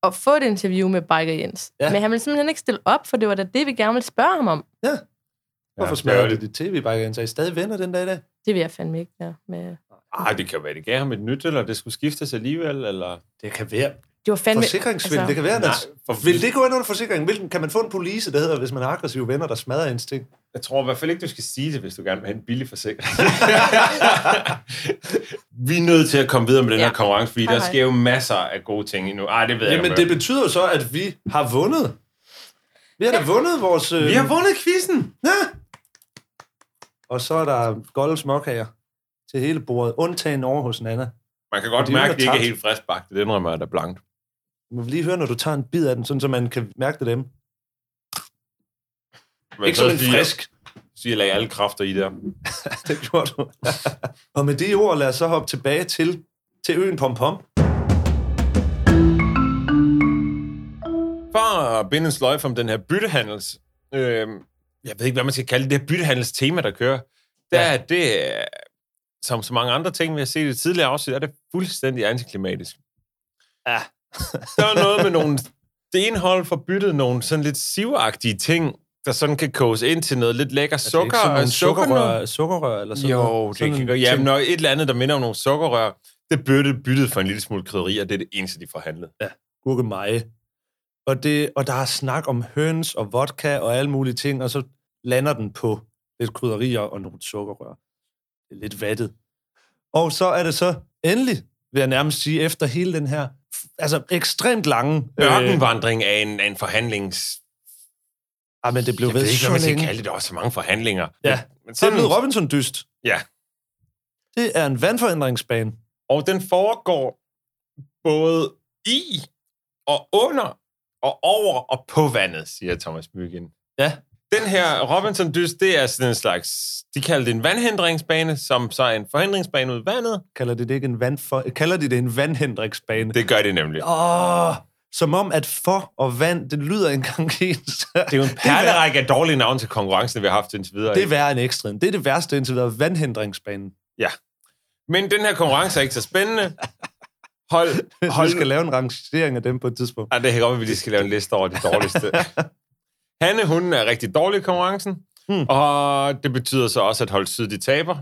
at få et interview med Biker Jens,
Ja.
ja. men han ville simpelthen ikke stille op, for det var da det, vi gerne ville spørge ham om.
Ja. Hvorfor smadrer det dit tv bare igen? Så er I stadig venner den dag i dag?
Det vil jeg fandme ikke være med.
Ej, det kan være, det gav ham et nyt, eller det skulle skiftes alligevel, eller...
Det kan være.
Det var fandme...
Forsikringssvind, altså, det kan være.
Nej,
Nej, for... Vil det gå ind under forsikringen? Hvilken, kan man få en police, der hedder, hvis man har aggressive venner, der smadrer ens ting?
Jeg tror i hvert fald ikke, du skal sige det, hvis du gerne vil have en billig forsikring. <laughs> Vi er nødt til at komme videre med den ja. her konkurrence, fordi
Hej,
der
hej.
sker jo masser af gode ting endnu. Ej, det ved jeg
Jamen,
ikke.
det betyder jo så, at vi har vundet. Vi har da vundet vores... Øh...
Vi har vundet quizzen!
Ja! Og så er der golde småkager til hele bordet, undtagen over hos Nana.
Man kan godt
Det er
mærke,
jo
at det ikke er
tabt.
helt friskbagt. Det indrømmer jeg, der er blankt.
Du må lige høre, når du tager en bid af den, sådan så man kan mærke det af dem.
Men
Ikke
så
sådan en
siger-
frisk.
Så jeg lagde alle kræfter i der.
<laughs> det gjorde du. og med de ord, lad os så hoppe tilbage til, til øen Pompom.
For at binde en sløjfe om den her byttehandels... Øh, jeg ved ikke, hvad man skal kalde det, det her byttehandelstema, der kører. Der ja. er det, øh, som så mange andre ting, vi har set i tidligere afsnit, er det fuldstændig antiklimatisk.
Ja.
<laughs> der er noget med nogle stenhold for byttet, nogle sådan lidt sivagtige ting, der sådan kan koges ind til noget lidt lækker sukker.
nogle
og sukkernød.
sukkerrør, sukkerrør eller sådan noget.
Jo, det
Sådan
kan
en
godt. Ja,
ting.
men nok et eller andet, der minder om nogle sukkerrør, det byttede byttet for en lille smule krydderi, og det er det eneste, de forhandlede.
Ja. gurkemeje. Og, det, og der er snak om høns og vodka og alle mulige ting, og så lander den på lidt krydderier og nogle sukkerrør. Det er lidt vattet. Og så er det så endelig, vil jeg nærmest sige, efter hele den her f- altså ekstremt lange...
Øh. Ørkenvandring af en, af en forhandlings...
Ja, Øh, ah, men det blev
jeg
ved
ved ikke,
så
hvad man skal
længe.
kalde det. Der var så mange forhandlinger.
Ja,
Men
så er det
sådan-
blevet Robinson dyst.
Ja.
Det er en vandforhindringsbane.
Og den foregår både i og under og over og på vandet, siger Thomas Byggen.
Ja.
Den her Robinson Dyst, det er sådan en slags, de kalder det en vandhindringsbane, som så er en forhindringsbane ud i vandet.
Kalder de det ikke en vand for, kalder de det en vandhindringsbane?
Det gør det nemlig.
Åh, som om at for og vand, det lyder engang <laughs> ens. Det
er jo en perlerække af dårlige navne til konkurrencen, vi har haft indtil videre.
Det er
ikke?
værre end ekstra. Det er det værste indtil videre. Vandhindringsbanen.
Ja. Men den her konkurrence er ikke så spændende. Hold,
<laughs> Hold. Vi skal lave en rangering af dem på et tidspunkt.
Ej, det kan godt være, at vi lige skal lave en liste over de
<laughs>
dårligste. Hanne, hun er rigtig dårlig i konkurrencen, hmm. og det betyder så også, at hold syd, de taber.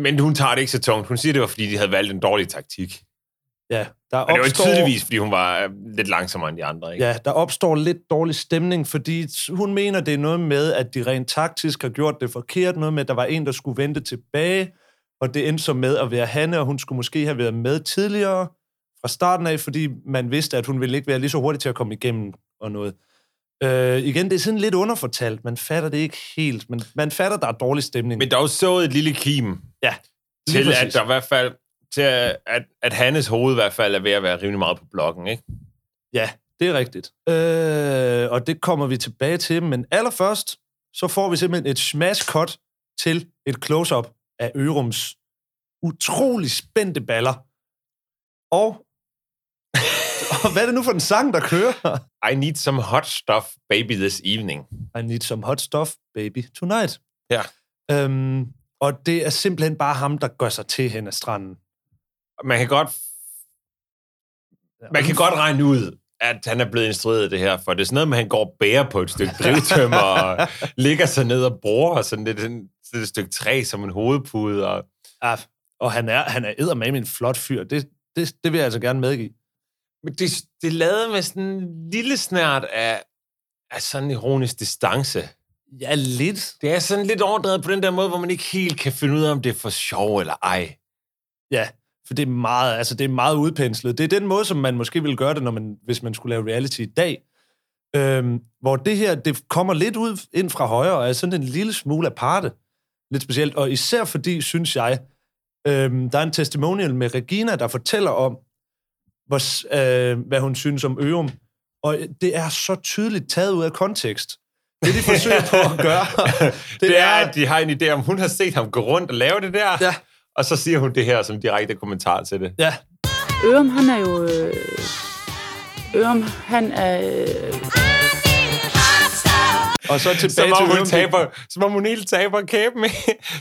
Men hun tager det ikke så tungt. Hun siger, det var, fordi de havde valgt en dårlig taktik.
Ja, der
Og det var jo
opstår,
tydeligvis, fordi hun var øh, lidt langsommere end de andre. Ikke?
ja, der opstår lidt dårlig stemning, fordi hun mener, det er noget med, at de rent taktisk har gjort det forkert. Noget med, at der var en, der skulle vente tilbage, og det endte så med at være Hanne, og hun skulle måske have været med tidligere fra starten af, fordi man vidste, at hun ville ikke være lige så hurtig til at komme igennem og noget. Øh, igen, det er sådan lidt underfortalt. Man fatter det ikke helt, men man fatter, der er dårlig stemning.
Men der er jo sået et lille kim
ja, lige
til, at
præcis.
der i hvert fald til at, at, at Hannes hoved i hvert fald er ved at være rimelig meget på blokken, ikke?
Ja, det er rigtigt. Øh, og det kommer vi tilbage til, men allerførst, så får vi simpelthen et smash cut til et close-up af Ørums utrolig spændte baller. Og, <laughs> og hvad er det nu for en sang, der kører? <laughs>
I need some hot stuff, baby, this evening.
I need some hot stuff, baby, tonight.
Ja.
Øhm, og det er simpelthen bare ham, der gør sig til hen ad stranden.
Man kan godt Man kan godt regne ud, at han er blevet instrueret af det her, for det er sådan noget med, at han går og bærer på et stykke <laughs> drivtømmer, og ligger sig ned og bruger sådan lidt, sådan et stykke træ som en hovedpude. Og...
Ja, og han er, han er eddermame en flot fyr. Det, det, det vil jeg altså gerne medgive.
Men det, det er lavet med sådan en lille snært af, af sådan en ironisk distance. Ja, lidt. Det er sådan lidt overdrevet på den der måde, hvor man ikke helt kan finde ud af, om det er for sjov eller ej.
Ja, for det er meget, altså det er meget udpenslet. Det er den måde, som man måske ville gøre det, når man, hvis man skulle lave reality i dag. Øhm, hvor det her, det kommer lidt ud ind fra højre, og er sådan en lille smule aparte. Lidt specielt, og især fordi, synes jeg, øhm, der er en testimonial med Regina, der fortæller om, hvor, s- øh, hvad hun synes om Ørum. Og det er så tydeligt taget ud af kontekst. Det, de forsøger på at gøre,
<laughs> det, det er, at de har en idé om, hun har set ham gå rundt og lave det der.
Ja.
Og så siger hun det her som direkte kommentar til det.
Ja.
Ørum, han er jo... Øh, Ørum, han er... Øh,
Og så tilbage som om
til
hun
Ørum.
taber, Som om hun helt taber <laughs> kæben.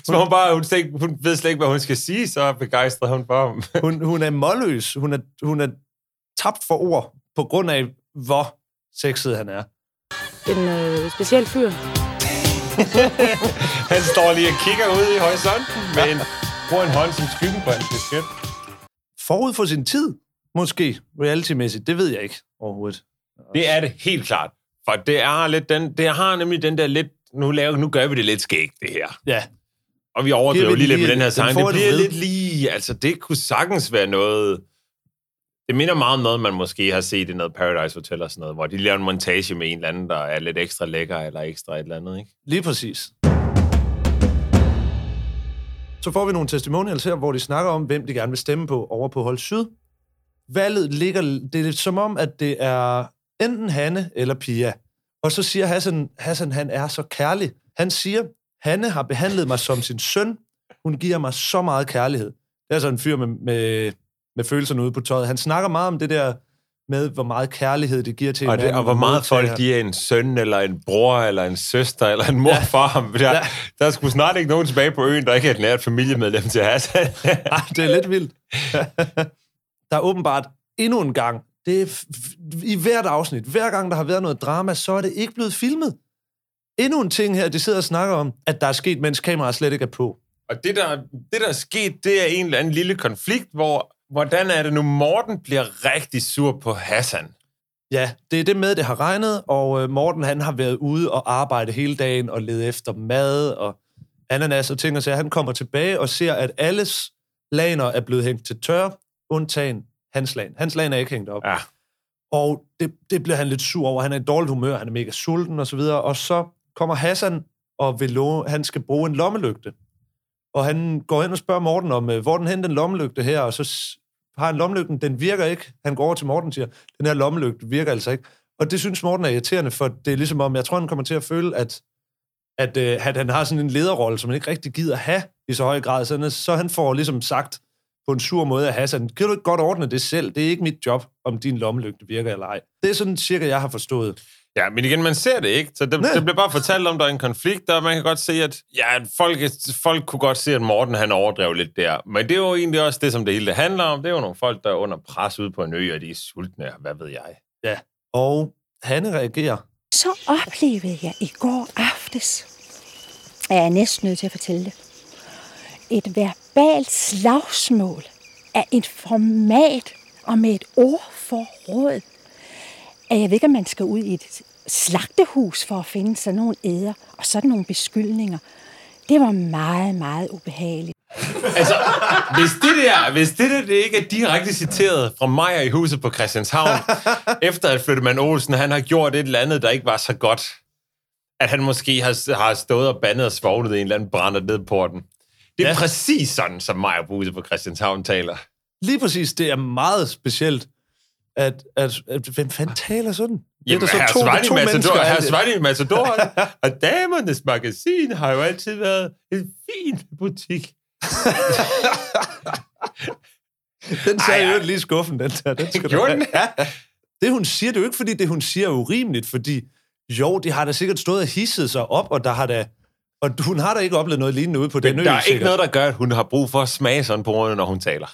som om hun bare, hun, slet ikke, hun ved slet ikke, hvad hun skal sige, så er begejstret hun for ham. <laughs>
hun, hun er målløs. Hun er, hun er tabt for ord, på grund af, hvor sexet han er.
en øh, speciel fyr.
Han står lige og kigger ud i horisonten med en, bruger en hånd som skyggen på hans kasket.
Forud for sin tid, måske, realitymæssigt. Det ved jeg ikke overhovedet.
Det er det helt klart. For det er lidt den, det har nemlig den der lidt, nu, laver, nu gør vi det lidt skægt, det her.
Ja.
Og vi overdriver
Giver vi
lige lidt med
lige-
den her
den
sang.
får
Det
et
bliver
vrid.
lidt lige... Altså, det kunne sagtens være noget... Det minder meget om noget, man måske har set i noget Paradise Hotel og sådan noget, hvor de laver en montage med en eller anden, der er lidt ekstra lækker eller ekstra et eller andet, ikke?
Lige præcis. Så får vi nogle testimonials her, hvor de snakker om, hvem de gerne vil stemme på over på Hold Syd. Valget ligger... Det er lidt som om, at det er enten Hanne eller Pia. Og så siger Hassan, Hassan han er så kærlig. Han siger, Hanne har behandlet mig som sin søn. Hun giver mig så meget kærlighed. Det er altså en fyr med, med, med følelserne ude på tøjet. Han snakker meget om det der med, hvor meget kærlighed det giver til
Og, det, og hvor meget folk
giver.
de er en søn, eller en bror, eller en søster, eller en mor for ham. Der, ja. der er sgu snart ikke nogen tilbage på øen, der ikke er et nært familiemedlem til Hassan.
<laughs> Ej, det er lidt vildt. der er åbenbart endnu en gang, det er f- f- i hvert afsnit, hver gang der har været noget drama, så er det ikke blevet filmet. Endnu en ting her, de sidder og snakker om, at der er sket, mens kameraet slet ikke er på.
<laughs> Og det der, det, der er sket, det er en eller anden lille konflikt, hvor hvordan er det nu, Morten bliver rigtig sur på Hassan.
Ja, det er det med, det har regnet, og øh, Morten han har været ude og arbejde hele dagen og lede efter mad og ananas og ting og sager. Han kommer tilbage og ser, at alles laner er blevet hængt til tørre, undtagen hans lan. Hans lan er ikke hængt op.
Ja.
Og det, det bliver han lidt sur over. Han er i dårligt humør, han er mega sulten og så videre. Og så kommer Hassan og vil love, han skal bruge en lommelygte. Og han går hen og spørger Morten om, øh, hvor er den hen den lommelygte her, og så s- har han lommelygten, den virker ikke. Han går over til Morten og siger, den her lommelygte virker altså ikke. Og det synes Morten er irriterende, for det er ligesom om, jeg tror, han kommer til at føle, at, at, øh, at han har sådan en lederrolle, som han ikke rigtig gider have i så høj grad. Så han, er- så han får ligesom sagt på en sur måde af Hassan, kan du ikke godt ordne det selv? Det er ikke mit job, om din lommelygte virker eller ej. Det er sådan cirka, jeg har forstået.
Ja, men igen, man ser det ikke. Så det, det bliver bare fortalt om, der er en konflikt, og man kan godt se, at ja, at folk, folk kunne godt se, at Morten han overdrev lidt der. Men det er jo egentlig også det, som det hele det handler om. Det er jo nogle folk, der er under pres ude på en ø, og de er sultne, og hvad ved jeg.
Ja. Og Hanne reagerer.
Så oplevede jeg i går aftes, at jeg er næsten nødt til at fortælle det, et verbalt slagsmål af et format og med et ordforråd. At jeg ved ikke, om man skal ud i et slagtehus for at finde sådan nogle æder og sådan nogle beskyldninger. Det var meget, meget ubehageligt.
Hvis det der, hvis det der det ikke er direkte citeret fra Majer i huset på
<laughs>
Christianshavn, efter at Flyttemann Olsen han har gjort et eller andet, der ikke var så godt, at han måske har, har stået og bandet og svognet i en eller anden brænder ned på den. Det er ja. præcis sådan, som Majer på huset på Christianshavn taler.
Lige præcis, det er meget specielt, at, at, at hvem fanden taler sådan? Det er
Jamen,
der
så herr
to- altså, det
Svejle
er to mennesker,
Matador,
alt
herr
det.
Svejle Matador, og damernes magasin har jo altid været en fin butik.
Den sagde jo lige i skuffen, den der. Den skal du
Gjorde
have.
den?
Ja. Det, hun siger, det er jo ikke, fordi det, hun siger, er urimeligt, fordi jo, det har da sikkert stået og hisset sig op, og der har da... Og hun har da ikke oplevet noget lignende ude på den ø,
Men der er ikke
sikkert.
noget, der gør, at hun har brug for at smage sådan på ordene, når hun taler.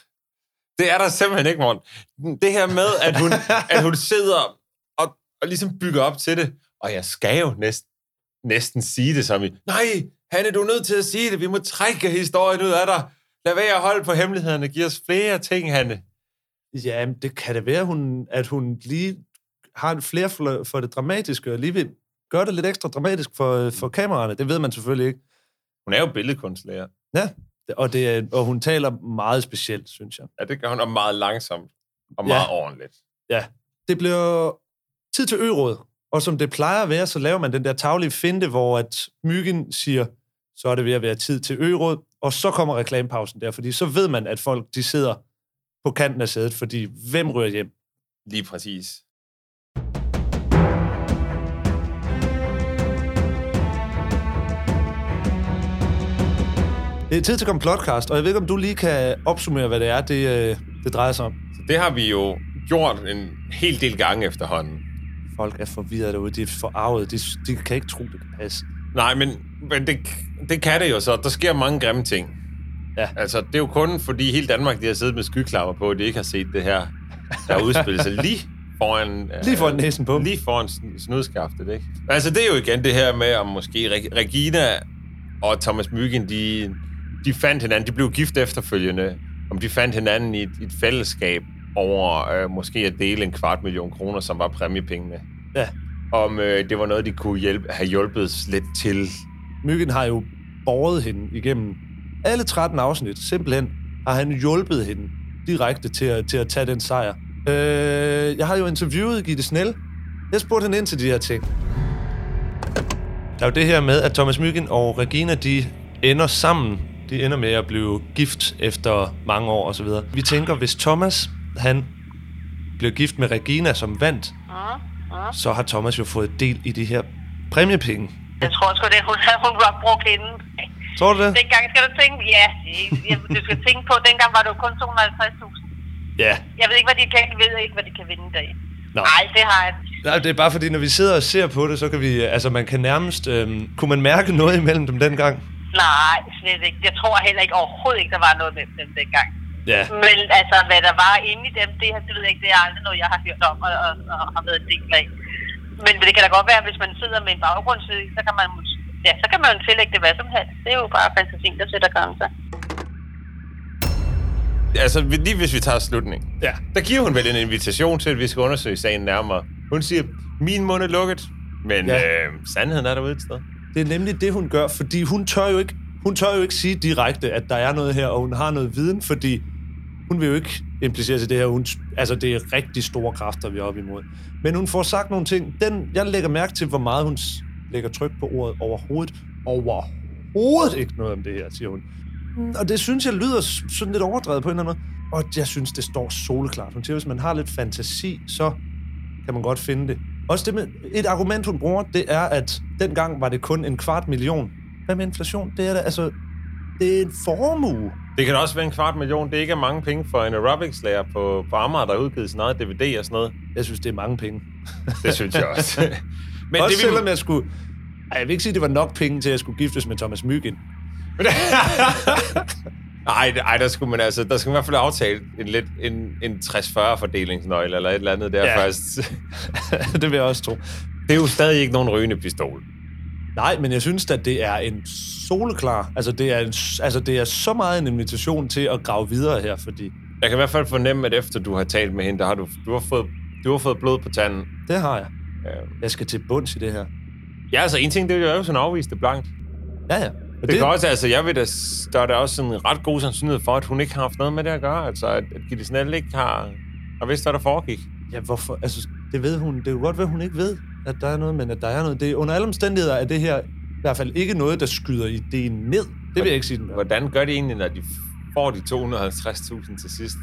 Det er der simpelthen ikke, Morten. Det her med, at hun, at hun sidder og, og ligesom bygger op til det, og jeg skal jo næsten, næsten sige det som i, nej, Hanne, du er nødt til at sige det, vi må trække historien ud af dig. Lad være at holde på hemmelighederne, giv os flere ting, Hanne.
Jamen, det kan da være, hun, at hun lige har en flere for, for det dramatiske, og lige vil gøre det lidt ekstra dramatisk for, for kameraerne. Det ved man selvfølgelig ikke.
Hun er jo billedkunstlærer.
Ja, og, det er, og hun taler meget specielt, synes jeg.
Ja, det gør hun, og meget langsomt. Og meget
Ja.
ja. ordentligt.
Ja. Det bliver tid til øråd. Og som det plejer at være, så laver man den der taglige finte, hvor at myggen siger, så er det ved at være tid til øråd, og så kommer reklamepausen der, fordi så ved man, at folk de sidder på kanten af sædet, fordi hvem rører hjem?
Lige præcis.
Det er tid til komplotcast, og jeg ved ikke, om du lige kan opsummere, hvad det er, det, øh, det drejer sig om.
Så det har vi jo gjort en hel del gange efterhånden.
Folk er forvirret derude, de er forarvet, de, de kan ikke tro, det kan passe.
Nej, men, men det, det kan det jo så. Der sker mange grimme ting.
Ja.
Altså, det er jo kun fordi hele Danmark, de har siddet med skyklapper på, at de ikke har set det her, der udspiller sig lige foran... øh,
<laughs> Lige foran næsen på.
Lige foran sn- snudskaftet, ikke? Altså, det er jo igen det her med, om måske Reg- Regina og Thomas Myggen, de, de fandt hinanden, de blev gift efterfølgende, om de fandt hinanden i et, i et fællesskab over øh, måske at dele en kvart million kroner, som var præmiepengene.
Ja.
Om øh, det var noget, de kunne hjælpe, have hjulpet lidt til.
Myggen har jo båret hende igennem alle 13 afsnit. Simpelthen har han hjulpet hende direkte til at, til at tage den sejr. Øh, jeg har jo interviewet Gitte Snell. Jeg spurgte hende ind til de her ting. Der er jo det her med, at Thomas Myggen og Regina, de ender sammen. De ender med at blive gift efter mange år osv. Vi tænker, hvis Thomas, han blev gift med Regina, som vandt, så har Thomas jo fået del i de her præmiepenge.
Jeg tror sgu, det hun, hun var brugt inden.
Tror du det?
Dengang skal du tænke, ja, jeg- du skal tænke på, dengang var det jo kun 250.000.
Ja,
Jeg ved ikke, hvad de kan, jeg ved ikke, hvad de kan vinde i dag.
Nå.
Nej, det har jeg.
Nej, det er bare fordi, når vi sidder og ser på det, så kan vi... Altså, man kan nærmest... Øhm, kunne man mærke noget imellem dem dengang?
Nej, slet ikke. Jeg tror heller ikke overhovedet ikke, der var noget med dem dengang.
Ja.
Men altså, hvad der var inde i dem, det, her, det ved jeg ikke, det er aldrig noget, jeg har hørt om og, og, og har været en del af. Men det kan da godt være, at hvis man sidder med en baggrundsviden, så kan man mås- ja, så kan man jo tillægge det hvad som helst. Det er jo bare fantasien, der sætter grænser.
Altså, vi- lige hvis vi tager slutningen.
Ja.
Der giver hun vel en invitation til, at vi skal undersøge sagen nærmere. Hun siger, min mund er lukket, men
Ja.
ja. øh, sandheden er derude et sted.
Det er nemlig det, hun gør, fordi hun tør jo ikke... Hun tør jo ikke sige direkte, at der er noget her, og hun har noget viden, fordi hun vil jo ikke implicere sig i det her. Hun, altså, det er rigtig store kræfter, vi er oppe imod. Men hun får sagt nogle ting. Den, jeg lægger mærke til, hvor meget hun s- lægger tryk på ordet overhovedet. Overhovedet ikke noget om det her, siger hun. Mm, Og det synes jeg lyder s- sådan lidt overdrevet på en eller anden måde. Og jeg synes, det står soleklart. Hun siger, hvis man har lidt fantasi, så kan man godt finde det. Også det med, et argument, hun bruger, det er, at dengang var det kun en kvart million. Hvad med inflation? Det er da, altså, det er en formue.
Det kan da også være en kvart million. Det ikke er mange penge for en aerobics-lærer på, på Amager, der har udgivet sin eget DVD og sådan noget.
Jeg synes, det er mange penge.
Det synes jeg
<laughs>
også.
Men
det,
også det,
vi-
selvom jeg skulle... Ej, jeg vil ikke sige, at det var nok penge til, at jeg skulle giftes med Thomas Myggen.
<laughs> Ej, det- ej, der skulle man altså, der skulle man i hvert fald aftale en, lidt, en, en 60-40 fordelingsnøgle eller et eller andet der
Ja.
ja. først.
<laughs>
<laughs>
det vil jeg også tro.
Det er jo stadig ikke nogen rygende pistol.
Nej, men jeg synes at det er en soleklar... Altså det, er en, altså, det er så meget en invitation til at grave videre her, fordi...
Jeg kan i hvert fald fornemme, at efter du har talt med hende, der har du, du, har, fået, du har fået blod på tanden. Øhm,
Det har jeg. Jeg skal til bunds i det her.
Ja, altså en ting, det er jo, at hun afviste det blankt.
Ja, ja.
Det, det kan også, altså, jeg ved, da, der er der også en ret god sandsynlighed for, at hun ikke har haft noget med det at gøre. Altså, at, at Gitte Snell ikke har, har vidst, hvad der foregik.
Ja, hvorfor? Altså, det ved hun. Det er jo godt, hvad hun ikke ved, at der er noget, men at der er noget. Det, under alle omstændigheder er det her i hvert fald ikke noget, der skyder ideen ned. Det vil jeg ikke sige, den
Hvordan gør det egentlig, når de får de 250.000 til sidst?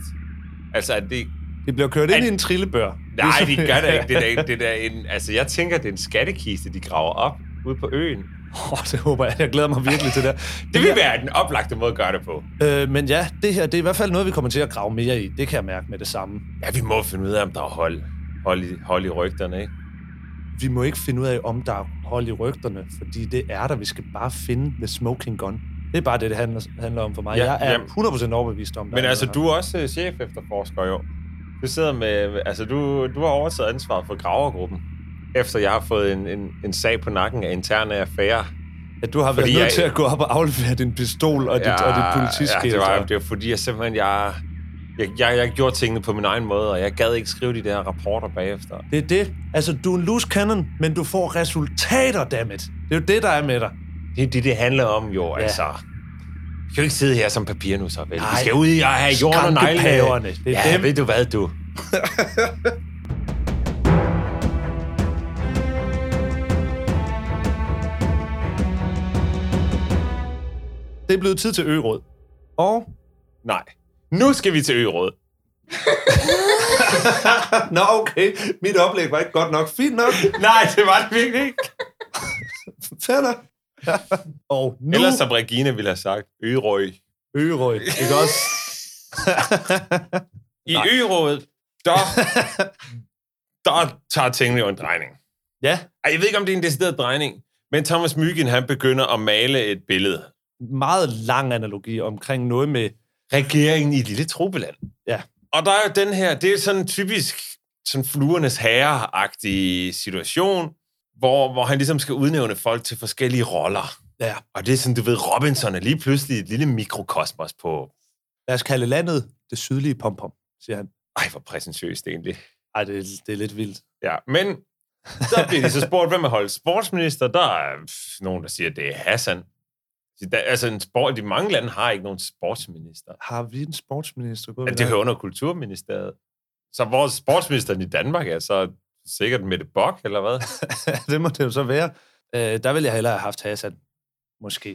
Altså, at det...
Det bliver kørt ind i en trillebør. Ligesom-
Nej, de gør det ikke. Det er, da- det er da en, altså, jeg tænker, det er en skattekiste, de graver op ude på øen.
<laughs> Åh, oh, det håber jeg. Jeg glæder mig virkelig til det.
Det vil være den oplagte måde at gøre det på.
Øh, men ja, det her det er i hvert fald noget, vi kommer til at grave mere i. Det kan jeg mærke med det samme.
Ja, vi må finde ud af, om der er hold, hold, i, hold i rygterne, ikke?
Vi må ikke finde ud af, om der er hold i rygterne, fordi det er der. Vi skal bare finde the smoking gun. Det er bare det, det handler, handler om for mig.
Ja,
Ja, jeg er
jamen.
100% overbevist om, der
Men
er
altså,
noget
du er også øh, chef efterforsker jo. Du sidder med, altså, du, du har overtaget ansvaret for gravergruppen, efter jeg har fået en, en, en sag på nakken af interne affærer.
Ja, du har været nødt til at gå op og aflevere din pistol og dit, og dit
Ja,
politiskilt.
Ja, det var,
og-
det var fordi, jeg simpelthen, jeg, Jeg, jeg, jeg gjorde tingene på min egen måde, og jeg gad ikke skrive de der rapporter bagefter.
Det er det. Altså, du er en loose cannon, men du får resultater, dammit. Det er jo det, der er med dig.
Det er det, det handler om jo, ja. altså. Vi kan jo ikke sidde her som papir nu, så vel. Vi skal ud i at have jorden og
Skrankepaverne,
neglene.
det er
ja,
dem.
ved du hvad, du?
Det er blevet tid til øråd. Og?
Nej. Nu skal vi til øråd.
<laughs> Nå, okay. Mit oplæg var ikke godt nok. Fint nok.
Nej, det var det virkelig ikke.
Fair nok. <laughs> Og nu...
Ellers som Regina ville have sagt, øgerøg.
Øgerøg, ikke også?
I øgerådet, der, <laughs> der tager tingene jo en drejning.
Ja.
Ej, jeg ved ikke, om det er en decideret drejning, men Thomas Mygind, han begynder at male et billede.
Meget lang analogi omkring noget med...
Regeringen i et lille tropeland.
Ja.
Og der er jo den her, det er sådan en typisk sådan fluernes herre-agtig situation, hvor, hvor han ligesom skal udnævne folk til forskellige roller.
Ja.
Og det er sådan, du ved, Robinson er lige pludselig et lille mikrokosmos på...
Lad os kalde landet det sydlige pompom, siger han.
Ej, hvor præsentøst egentlig.
Ej, det, er- det er lidt vildt.
Ja, men så bliver de så spurgt, hvem er holdt sportsminister. Der er pff, nogen, der siger, at det er Hassan. Så der- Altså, en sport, de mange lande har ikke nogen sportsminister.
Har vi en sportsminister? Gud,
Ja,
vi
det
har-
hører under Kulturministeriet. Så vores sportsminister i Danmark er så sikkert Mette Bock, eller
<laughs>
hvad?
det må det jo så være. Øh, der ville jeg hellere have haft Hassan. Måske.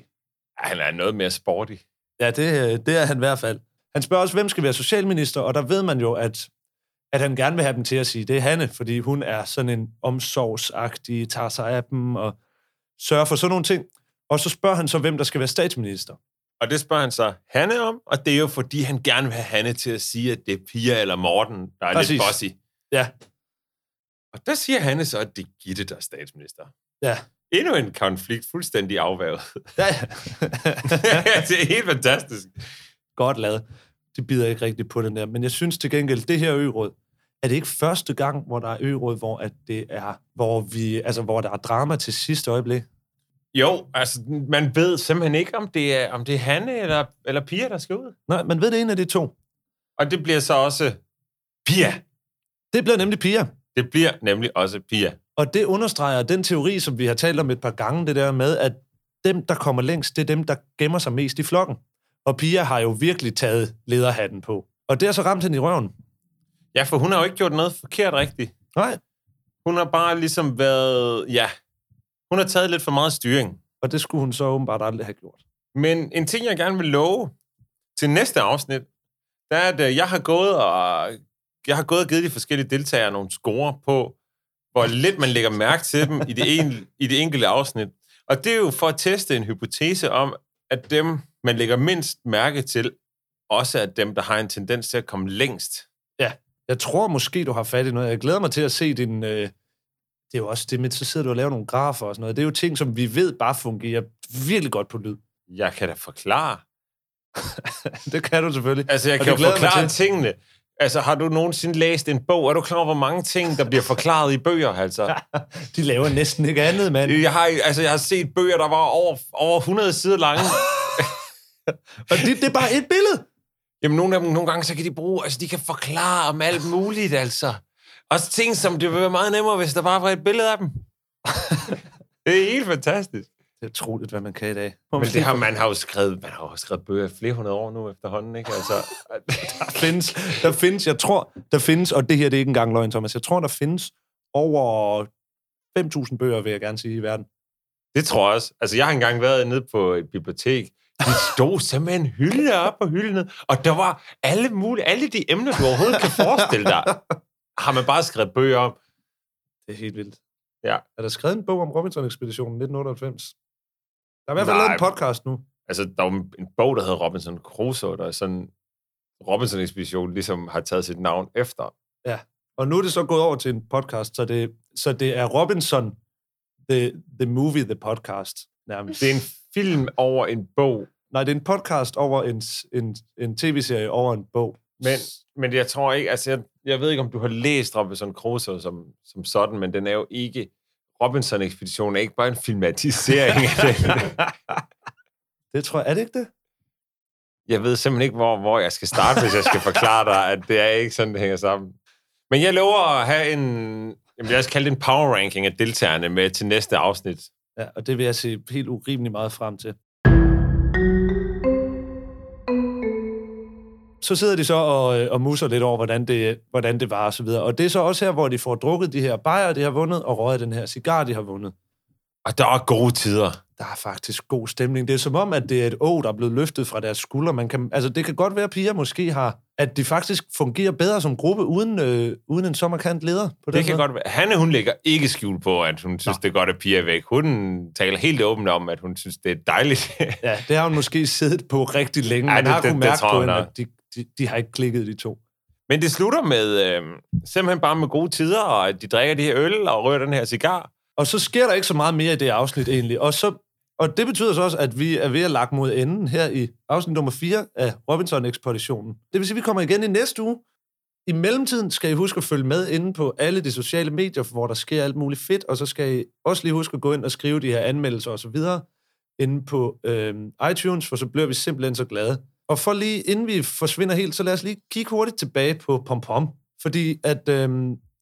Ej, Han er noget mere sporty.
Ja, det, øh, det er han i hvert fald. Han spørger også, hvem skal være socialminister, og der ved man jo, at, at han gerne vil have dem til at sige, det er Hanne, fordi hun er sådan en omsorgsagtig, tager sig af dem og sørger for sådan nogle ting. Og så spørger han så, hvem der skal være statsminister.
Og det spørger han så Hanne om, og det er jo fordi, han gerne vil have Hanne til at sige, at det er Pia eller Morten, der er Præcis.
Præcis.
lidt bossy.
Ja,
Og der siger Hanne så, at det er Gitte, der er statsminister.
ja.
Endnu en konflikt fuldstændig
<laughs>
afværget. <laughs>
Ja.
det er helt fantastisk.
Godt lavet. De bider ikke rigtigt på den der. Men jeg synes til gengæld, det her øråd, er det ikke første gang, hvor der er øråd, hvor, at det er, hvor, vi, altså, hvor der er drama til sidste øjeblik?
Jo, altså, man ved simpelthen ikke, om det er, om det er Hanne eller, eller Pia, der skal ud.
Nej, man ved det er en af de to.
Og det bliver så også Pia.
Det bliver nemlig piger.
Det bliver nemlig også Pia.
Og det understreger den teori, som vi har talt om et par gange, det der med, at dem, der kommer længst, det er dem, der gemmer sig mest i flokken. Og Pia har jo virkelig taget lederhatten på. Og det har så ramt hende i røven.
Ja, for hun har jo ikke gjort noget forkert rigtigt.
Nej.
Hun har bare ligesom været... Ja, hun har taget lidt for meget styring.
Og det skulle hun så åbenbart aldrig have gjort.
Men en ting, jeg gerne vil love til næste afsnit, det er, at øh, jeg har gået og, jeg har gået og givet de forskellige deltagere nogle score på, hvor lidt man lægger mærke til dem i det, en, i det enkelte afsnit. Og det er jo for at teste en hypotese om, at dem, man lægger mindst mærke til, også er dem, der har en tendens til at komme længst.
Ja. Jeg tror måske, du har fat i noget. Jeg glæder mig til at se din... Øh... Det er jo også det med, så sidder du og laver nogle grafer og sådan noget. Det er jo ting, som vi ved bare fungerer virkelig godt på lyd. <laughs>
Jeg kan da forklare.
det kan du selvfølgelig.
Altså, jeg
Og
kan jo
det glæder jeg mig
forklare
til.
tingene. Altså, har du nogensinde læst en bog? Er du klar over, hvor mange ting, der bliver forklaret i bøger,
<laughs>
altså?
De laver næsten ikke andet, mand.
Jeg har, altså, jeg har set bøger, der var over, over 100 sider lange.
Og det, det er bare et billede.
Jamen, nogle af dem, nogle gange, så kan de bruge, altså, de kan forklare om alt muligt, altså. Også ting, som det ville være meget nemmere, hvis der bare var et billede af
<laughs>
dem. det er helt fantastisk.
Det er utroligt, hvad man kan i dag.
Men det har man har jo skrevet, man har jo skrevet bøger i flere hundrede år nu efterhånden, ikke? Altså,
<laughs> der findes, der findes, jeg tror, der findes, og det her det er ikke engang løgn, Thomas, jeg tror, der findes over 5.000 bøger, vil jeg gerne sige, i verden.
det tror jeg også. Altså, jeg har engang været nede på et bibliotek, de stod simpelthen hylde op og hylde ned, og der var alle mulige, alle de emner, du overhovedet kan forestille dig, har man bare skrevet bøger om.
Det er helt vildt.
Ja.
Er der skrevet en bog om Robinson-ekspeditionen 1998? Der er i hvert fald
Nej.
lavet en podcast nu.
altså, der var en bog, der hedder Robinson Crusoe, der er sådan, Robinson Expedition ligesom har taget sit navn efter.
Ja. Og nu er det så gået over til en podcast, så det, så det er Robinson, the, the movie, the podcast, nærmest.
Det er en film over en bog,
Nej, det er en podcast over en, s- en, en tv-serie over en bog.
men, men jeg tror ikke, altså, jeg, jeg ved ikke, om du har læst Robinson Crusoe som, som sådan, men den er jo ikke, Robinson Expedition er ikke bare en filmatisering af den.
Det tror jeg, er det ikke det?
Jeg ved simpelthen ikke, hvor, hvor jeg skal starte, hvis jeg skal forklare dig, at det er ikke sådan, det hænger sammen. Men jeg lover at have en... Jamen, lad os kalde det en power ranking af deltagerne med til næste afsnit.
Ja, og det vil jeg se helt urimelig meget frem til. Så sidder de så og, øh, og musser lidt over, hvordan det, hvordan det var og så videre. Og det er så også her, hvor de får drukket de her bajer, de har vundet, og røget den her cigar, de har vundet.
Og der er gode tider.
Der er faktisk god stemning. Det er som om, at det er et å, der er blevet løftet fra deres skuldre. Man kan, altså, det kan godt være, at piger måske har, at de faktisk fungerer bedre som gruppe uden, øh, uden en så markant leder. På den
Det kan
måde.
godt være. Hanne, hun lægger ikke skjul på, at hun synes, det er godt, at piger er væk. Hun taler helt åbent om, at hun synes, det er dejligt. <laughs>
Ja, det har hun måske siddet på rigtig længe.
Ej,
Man
det-
har
det-
kunnet
det
mærke
tror
på
jeg
hende,
nok.
at de, de, de har ikke klikket, de to.
Men det slutter med øh, simpelthen bare med gode tider, og at de drikker de her øl og rører den her cigar.
Og så sker der ikke så meget mere i det afsnit egentlig. Og, så, og det betyder så også, at vi er ved at lage mod enden her i afsnit nummer 4 af Robinson-ekspeditionen. Det vil sige, at vi kommer igen i næste uge. I mellemtiden skal I huske at følge med inde på alle de sociale medier, hvor der sker alt muligt fedt, og så skal I også lige huske at gå ind og skrive de her anmeldelser osv. inde på øh, iTunes, for så bliver vi simpelthen så glade. Og for lige, inden vi forsvinder helt, så lad os lige kigge hurtigt tilbage på Pompom, fordi at, øh,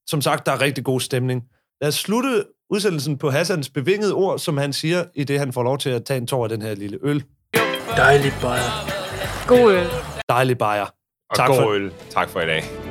som sagt, der er rigtig god stemning. Lad os slutte udsendelsen på Hassans bevingede ord, som han siger, i det han får lov til at tage en tår af den her lille øl.
Dejlig bajer.
God øl.
Dejlig bajer.
Og
Tak
god
for-
øl. Tak for i dag.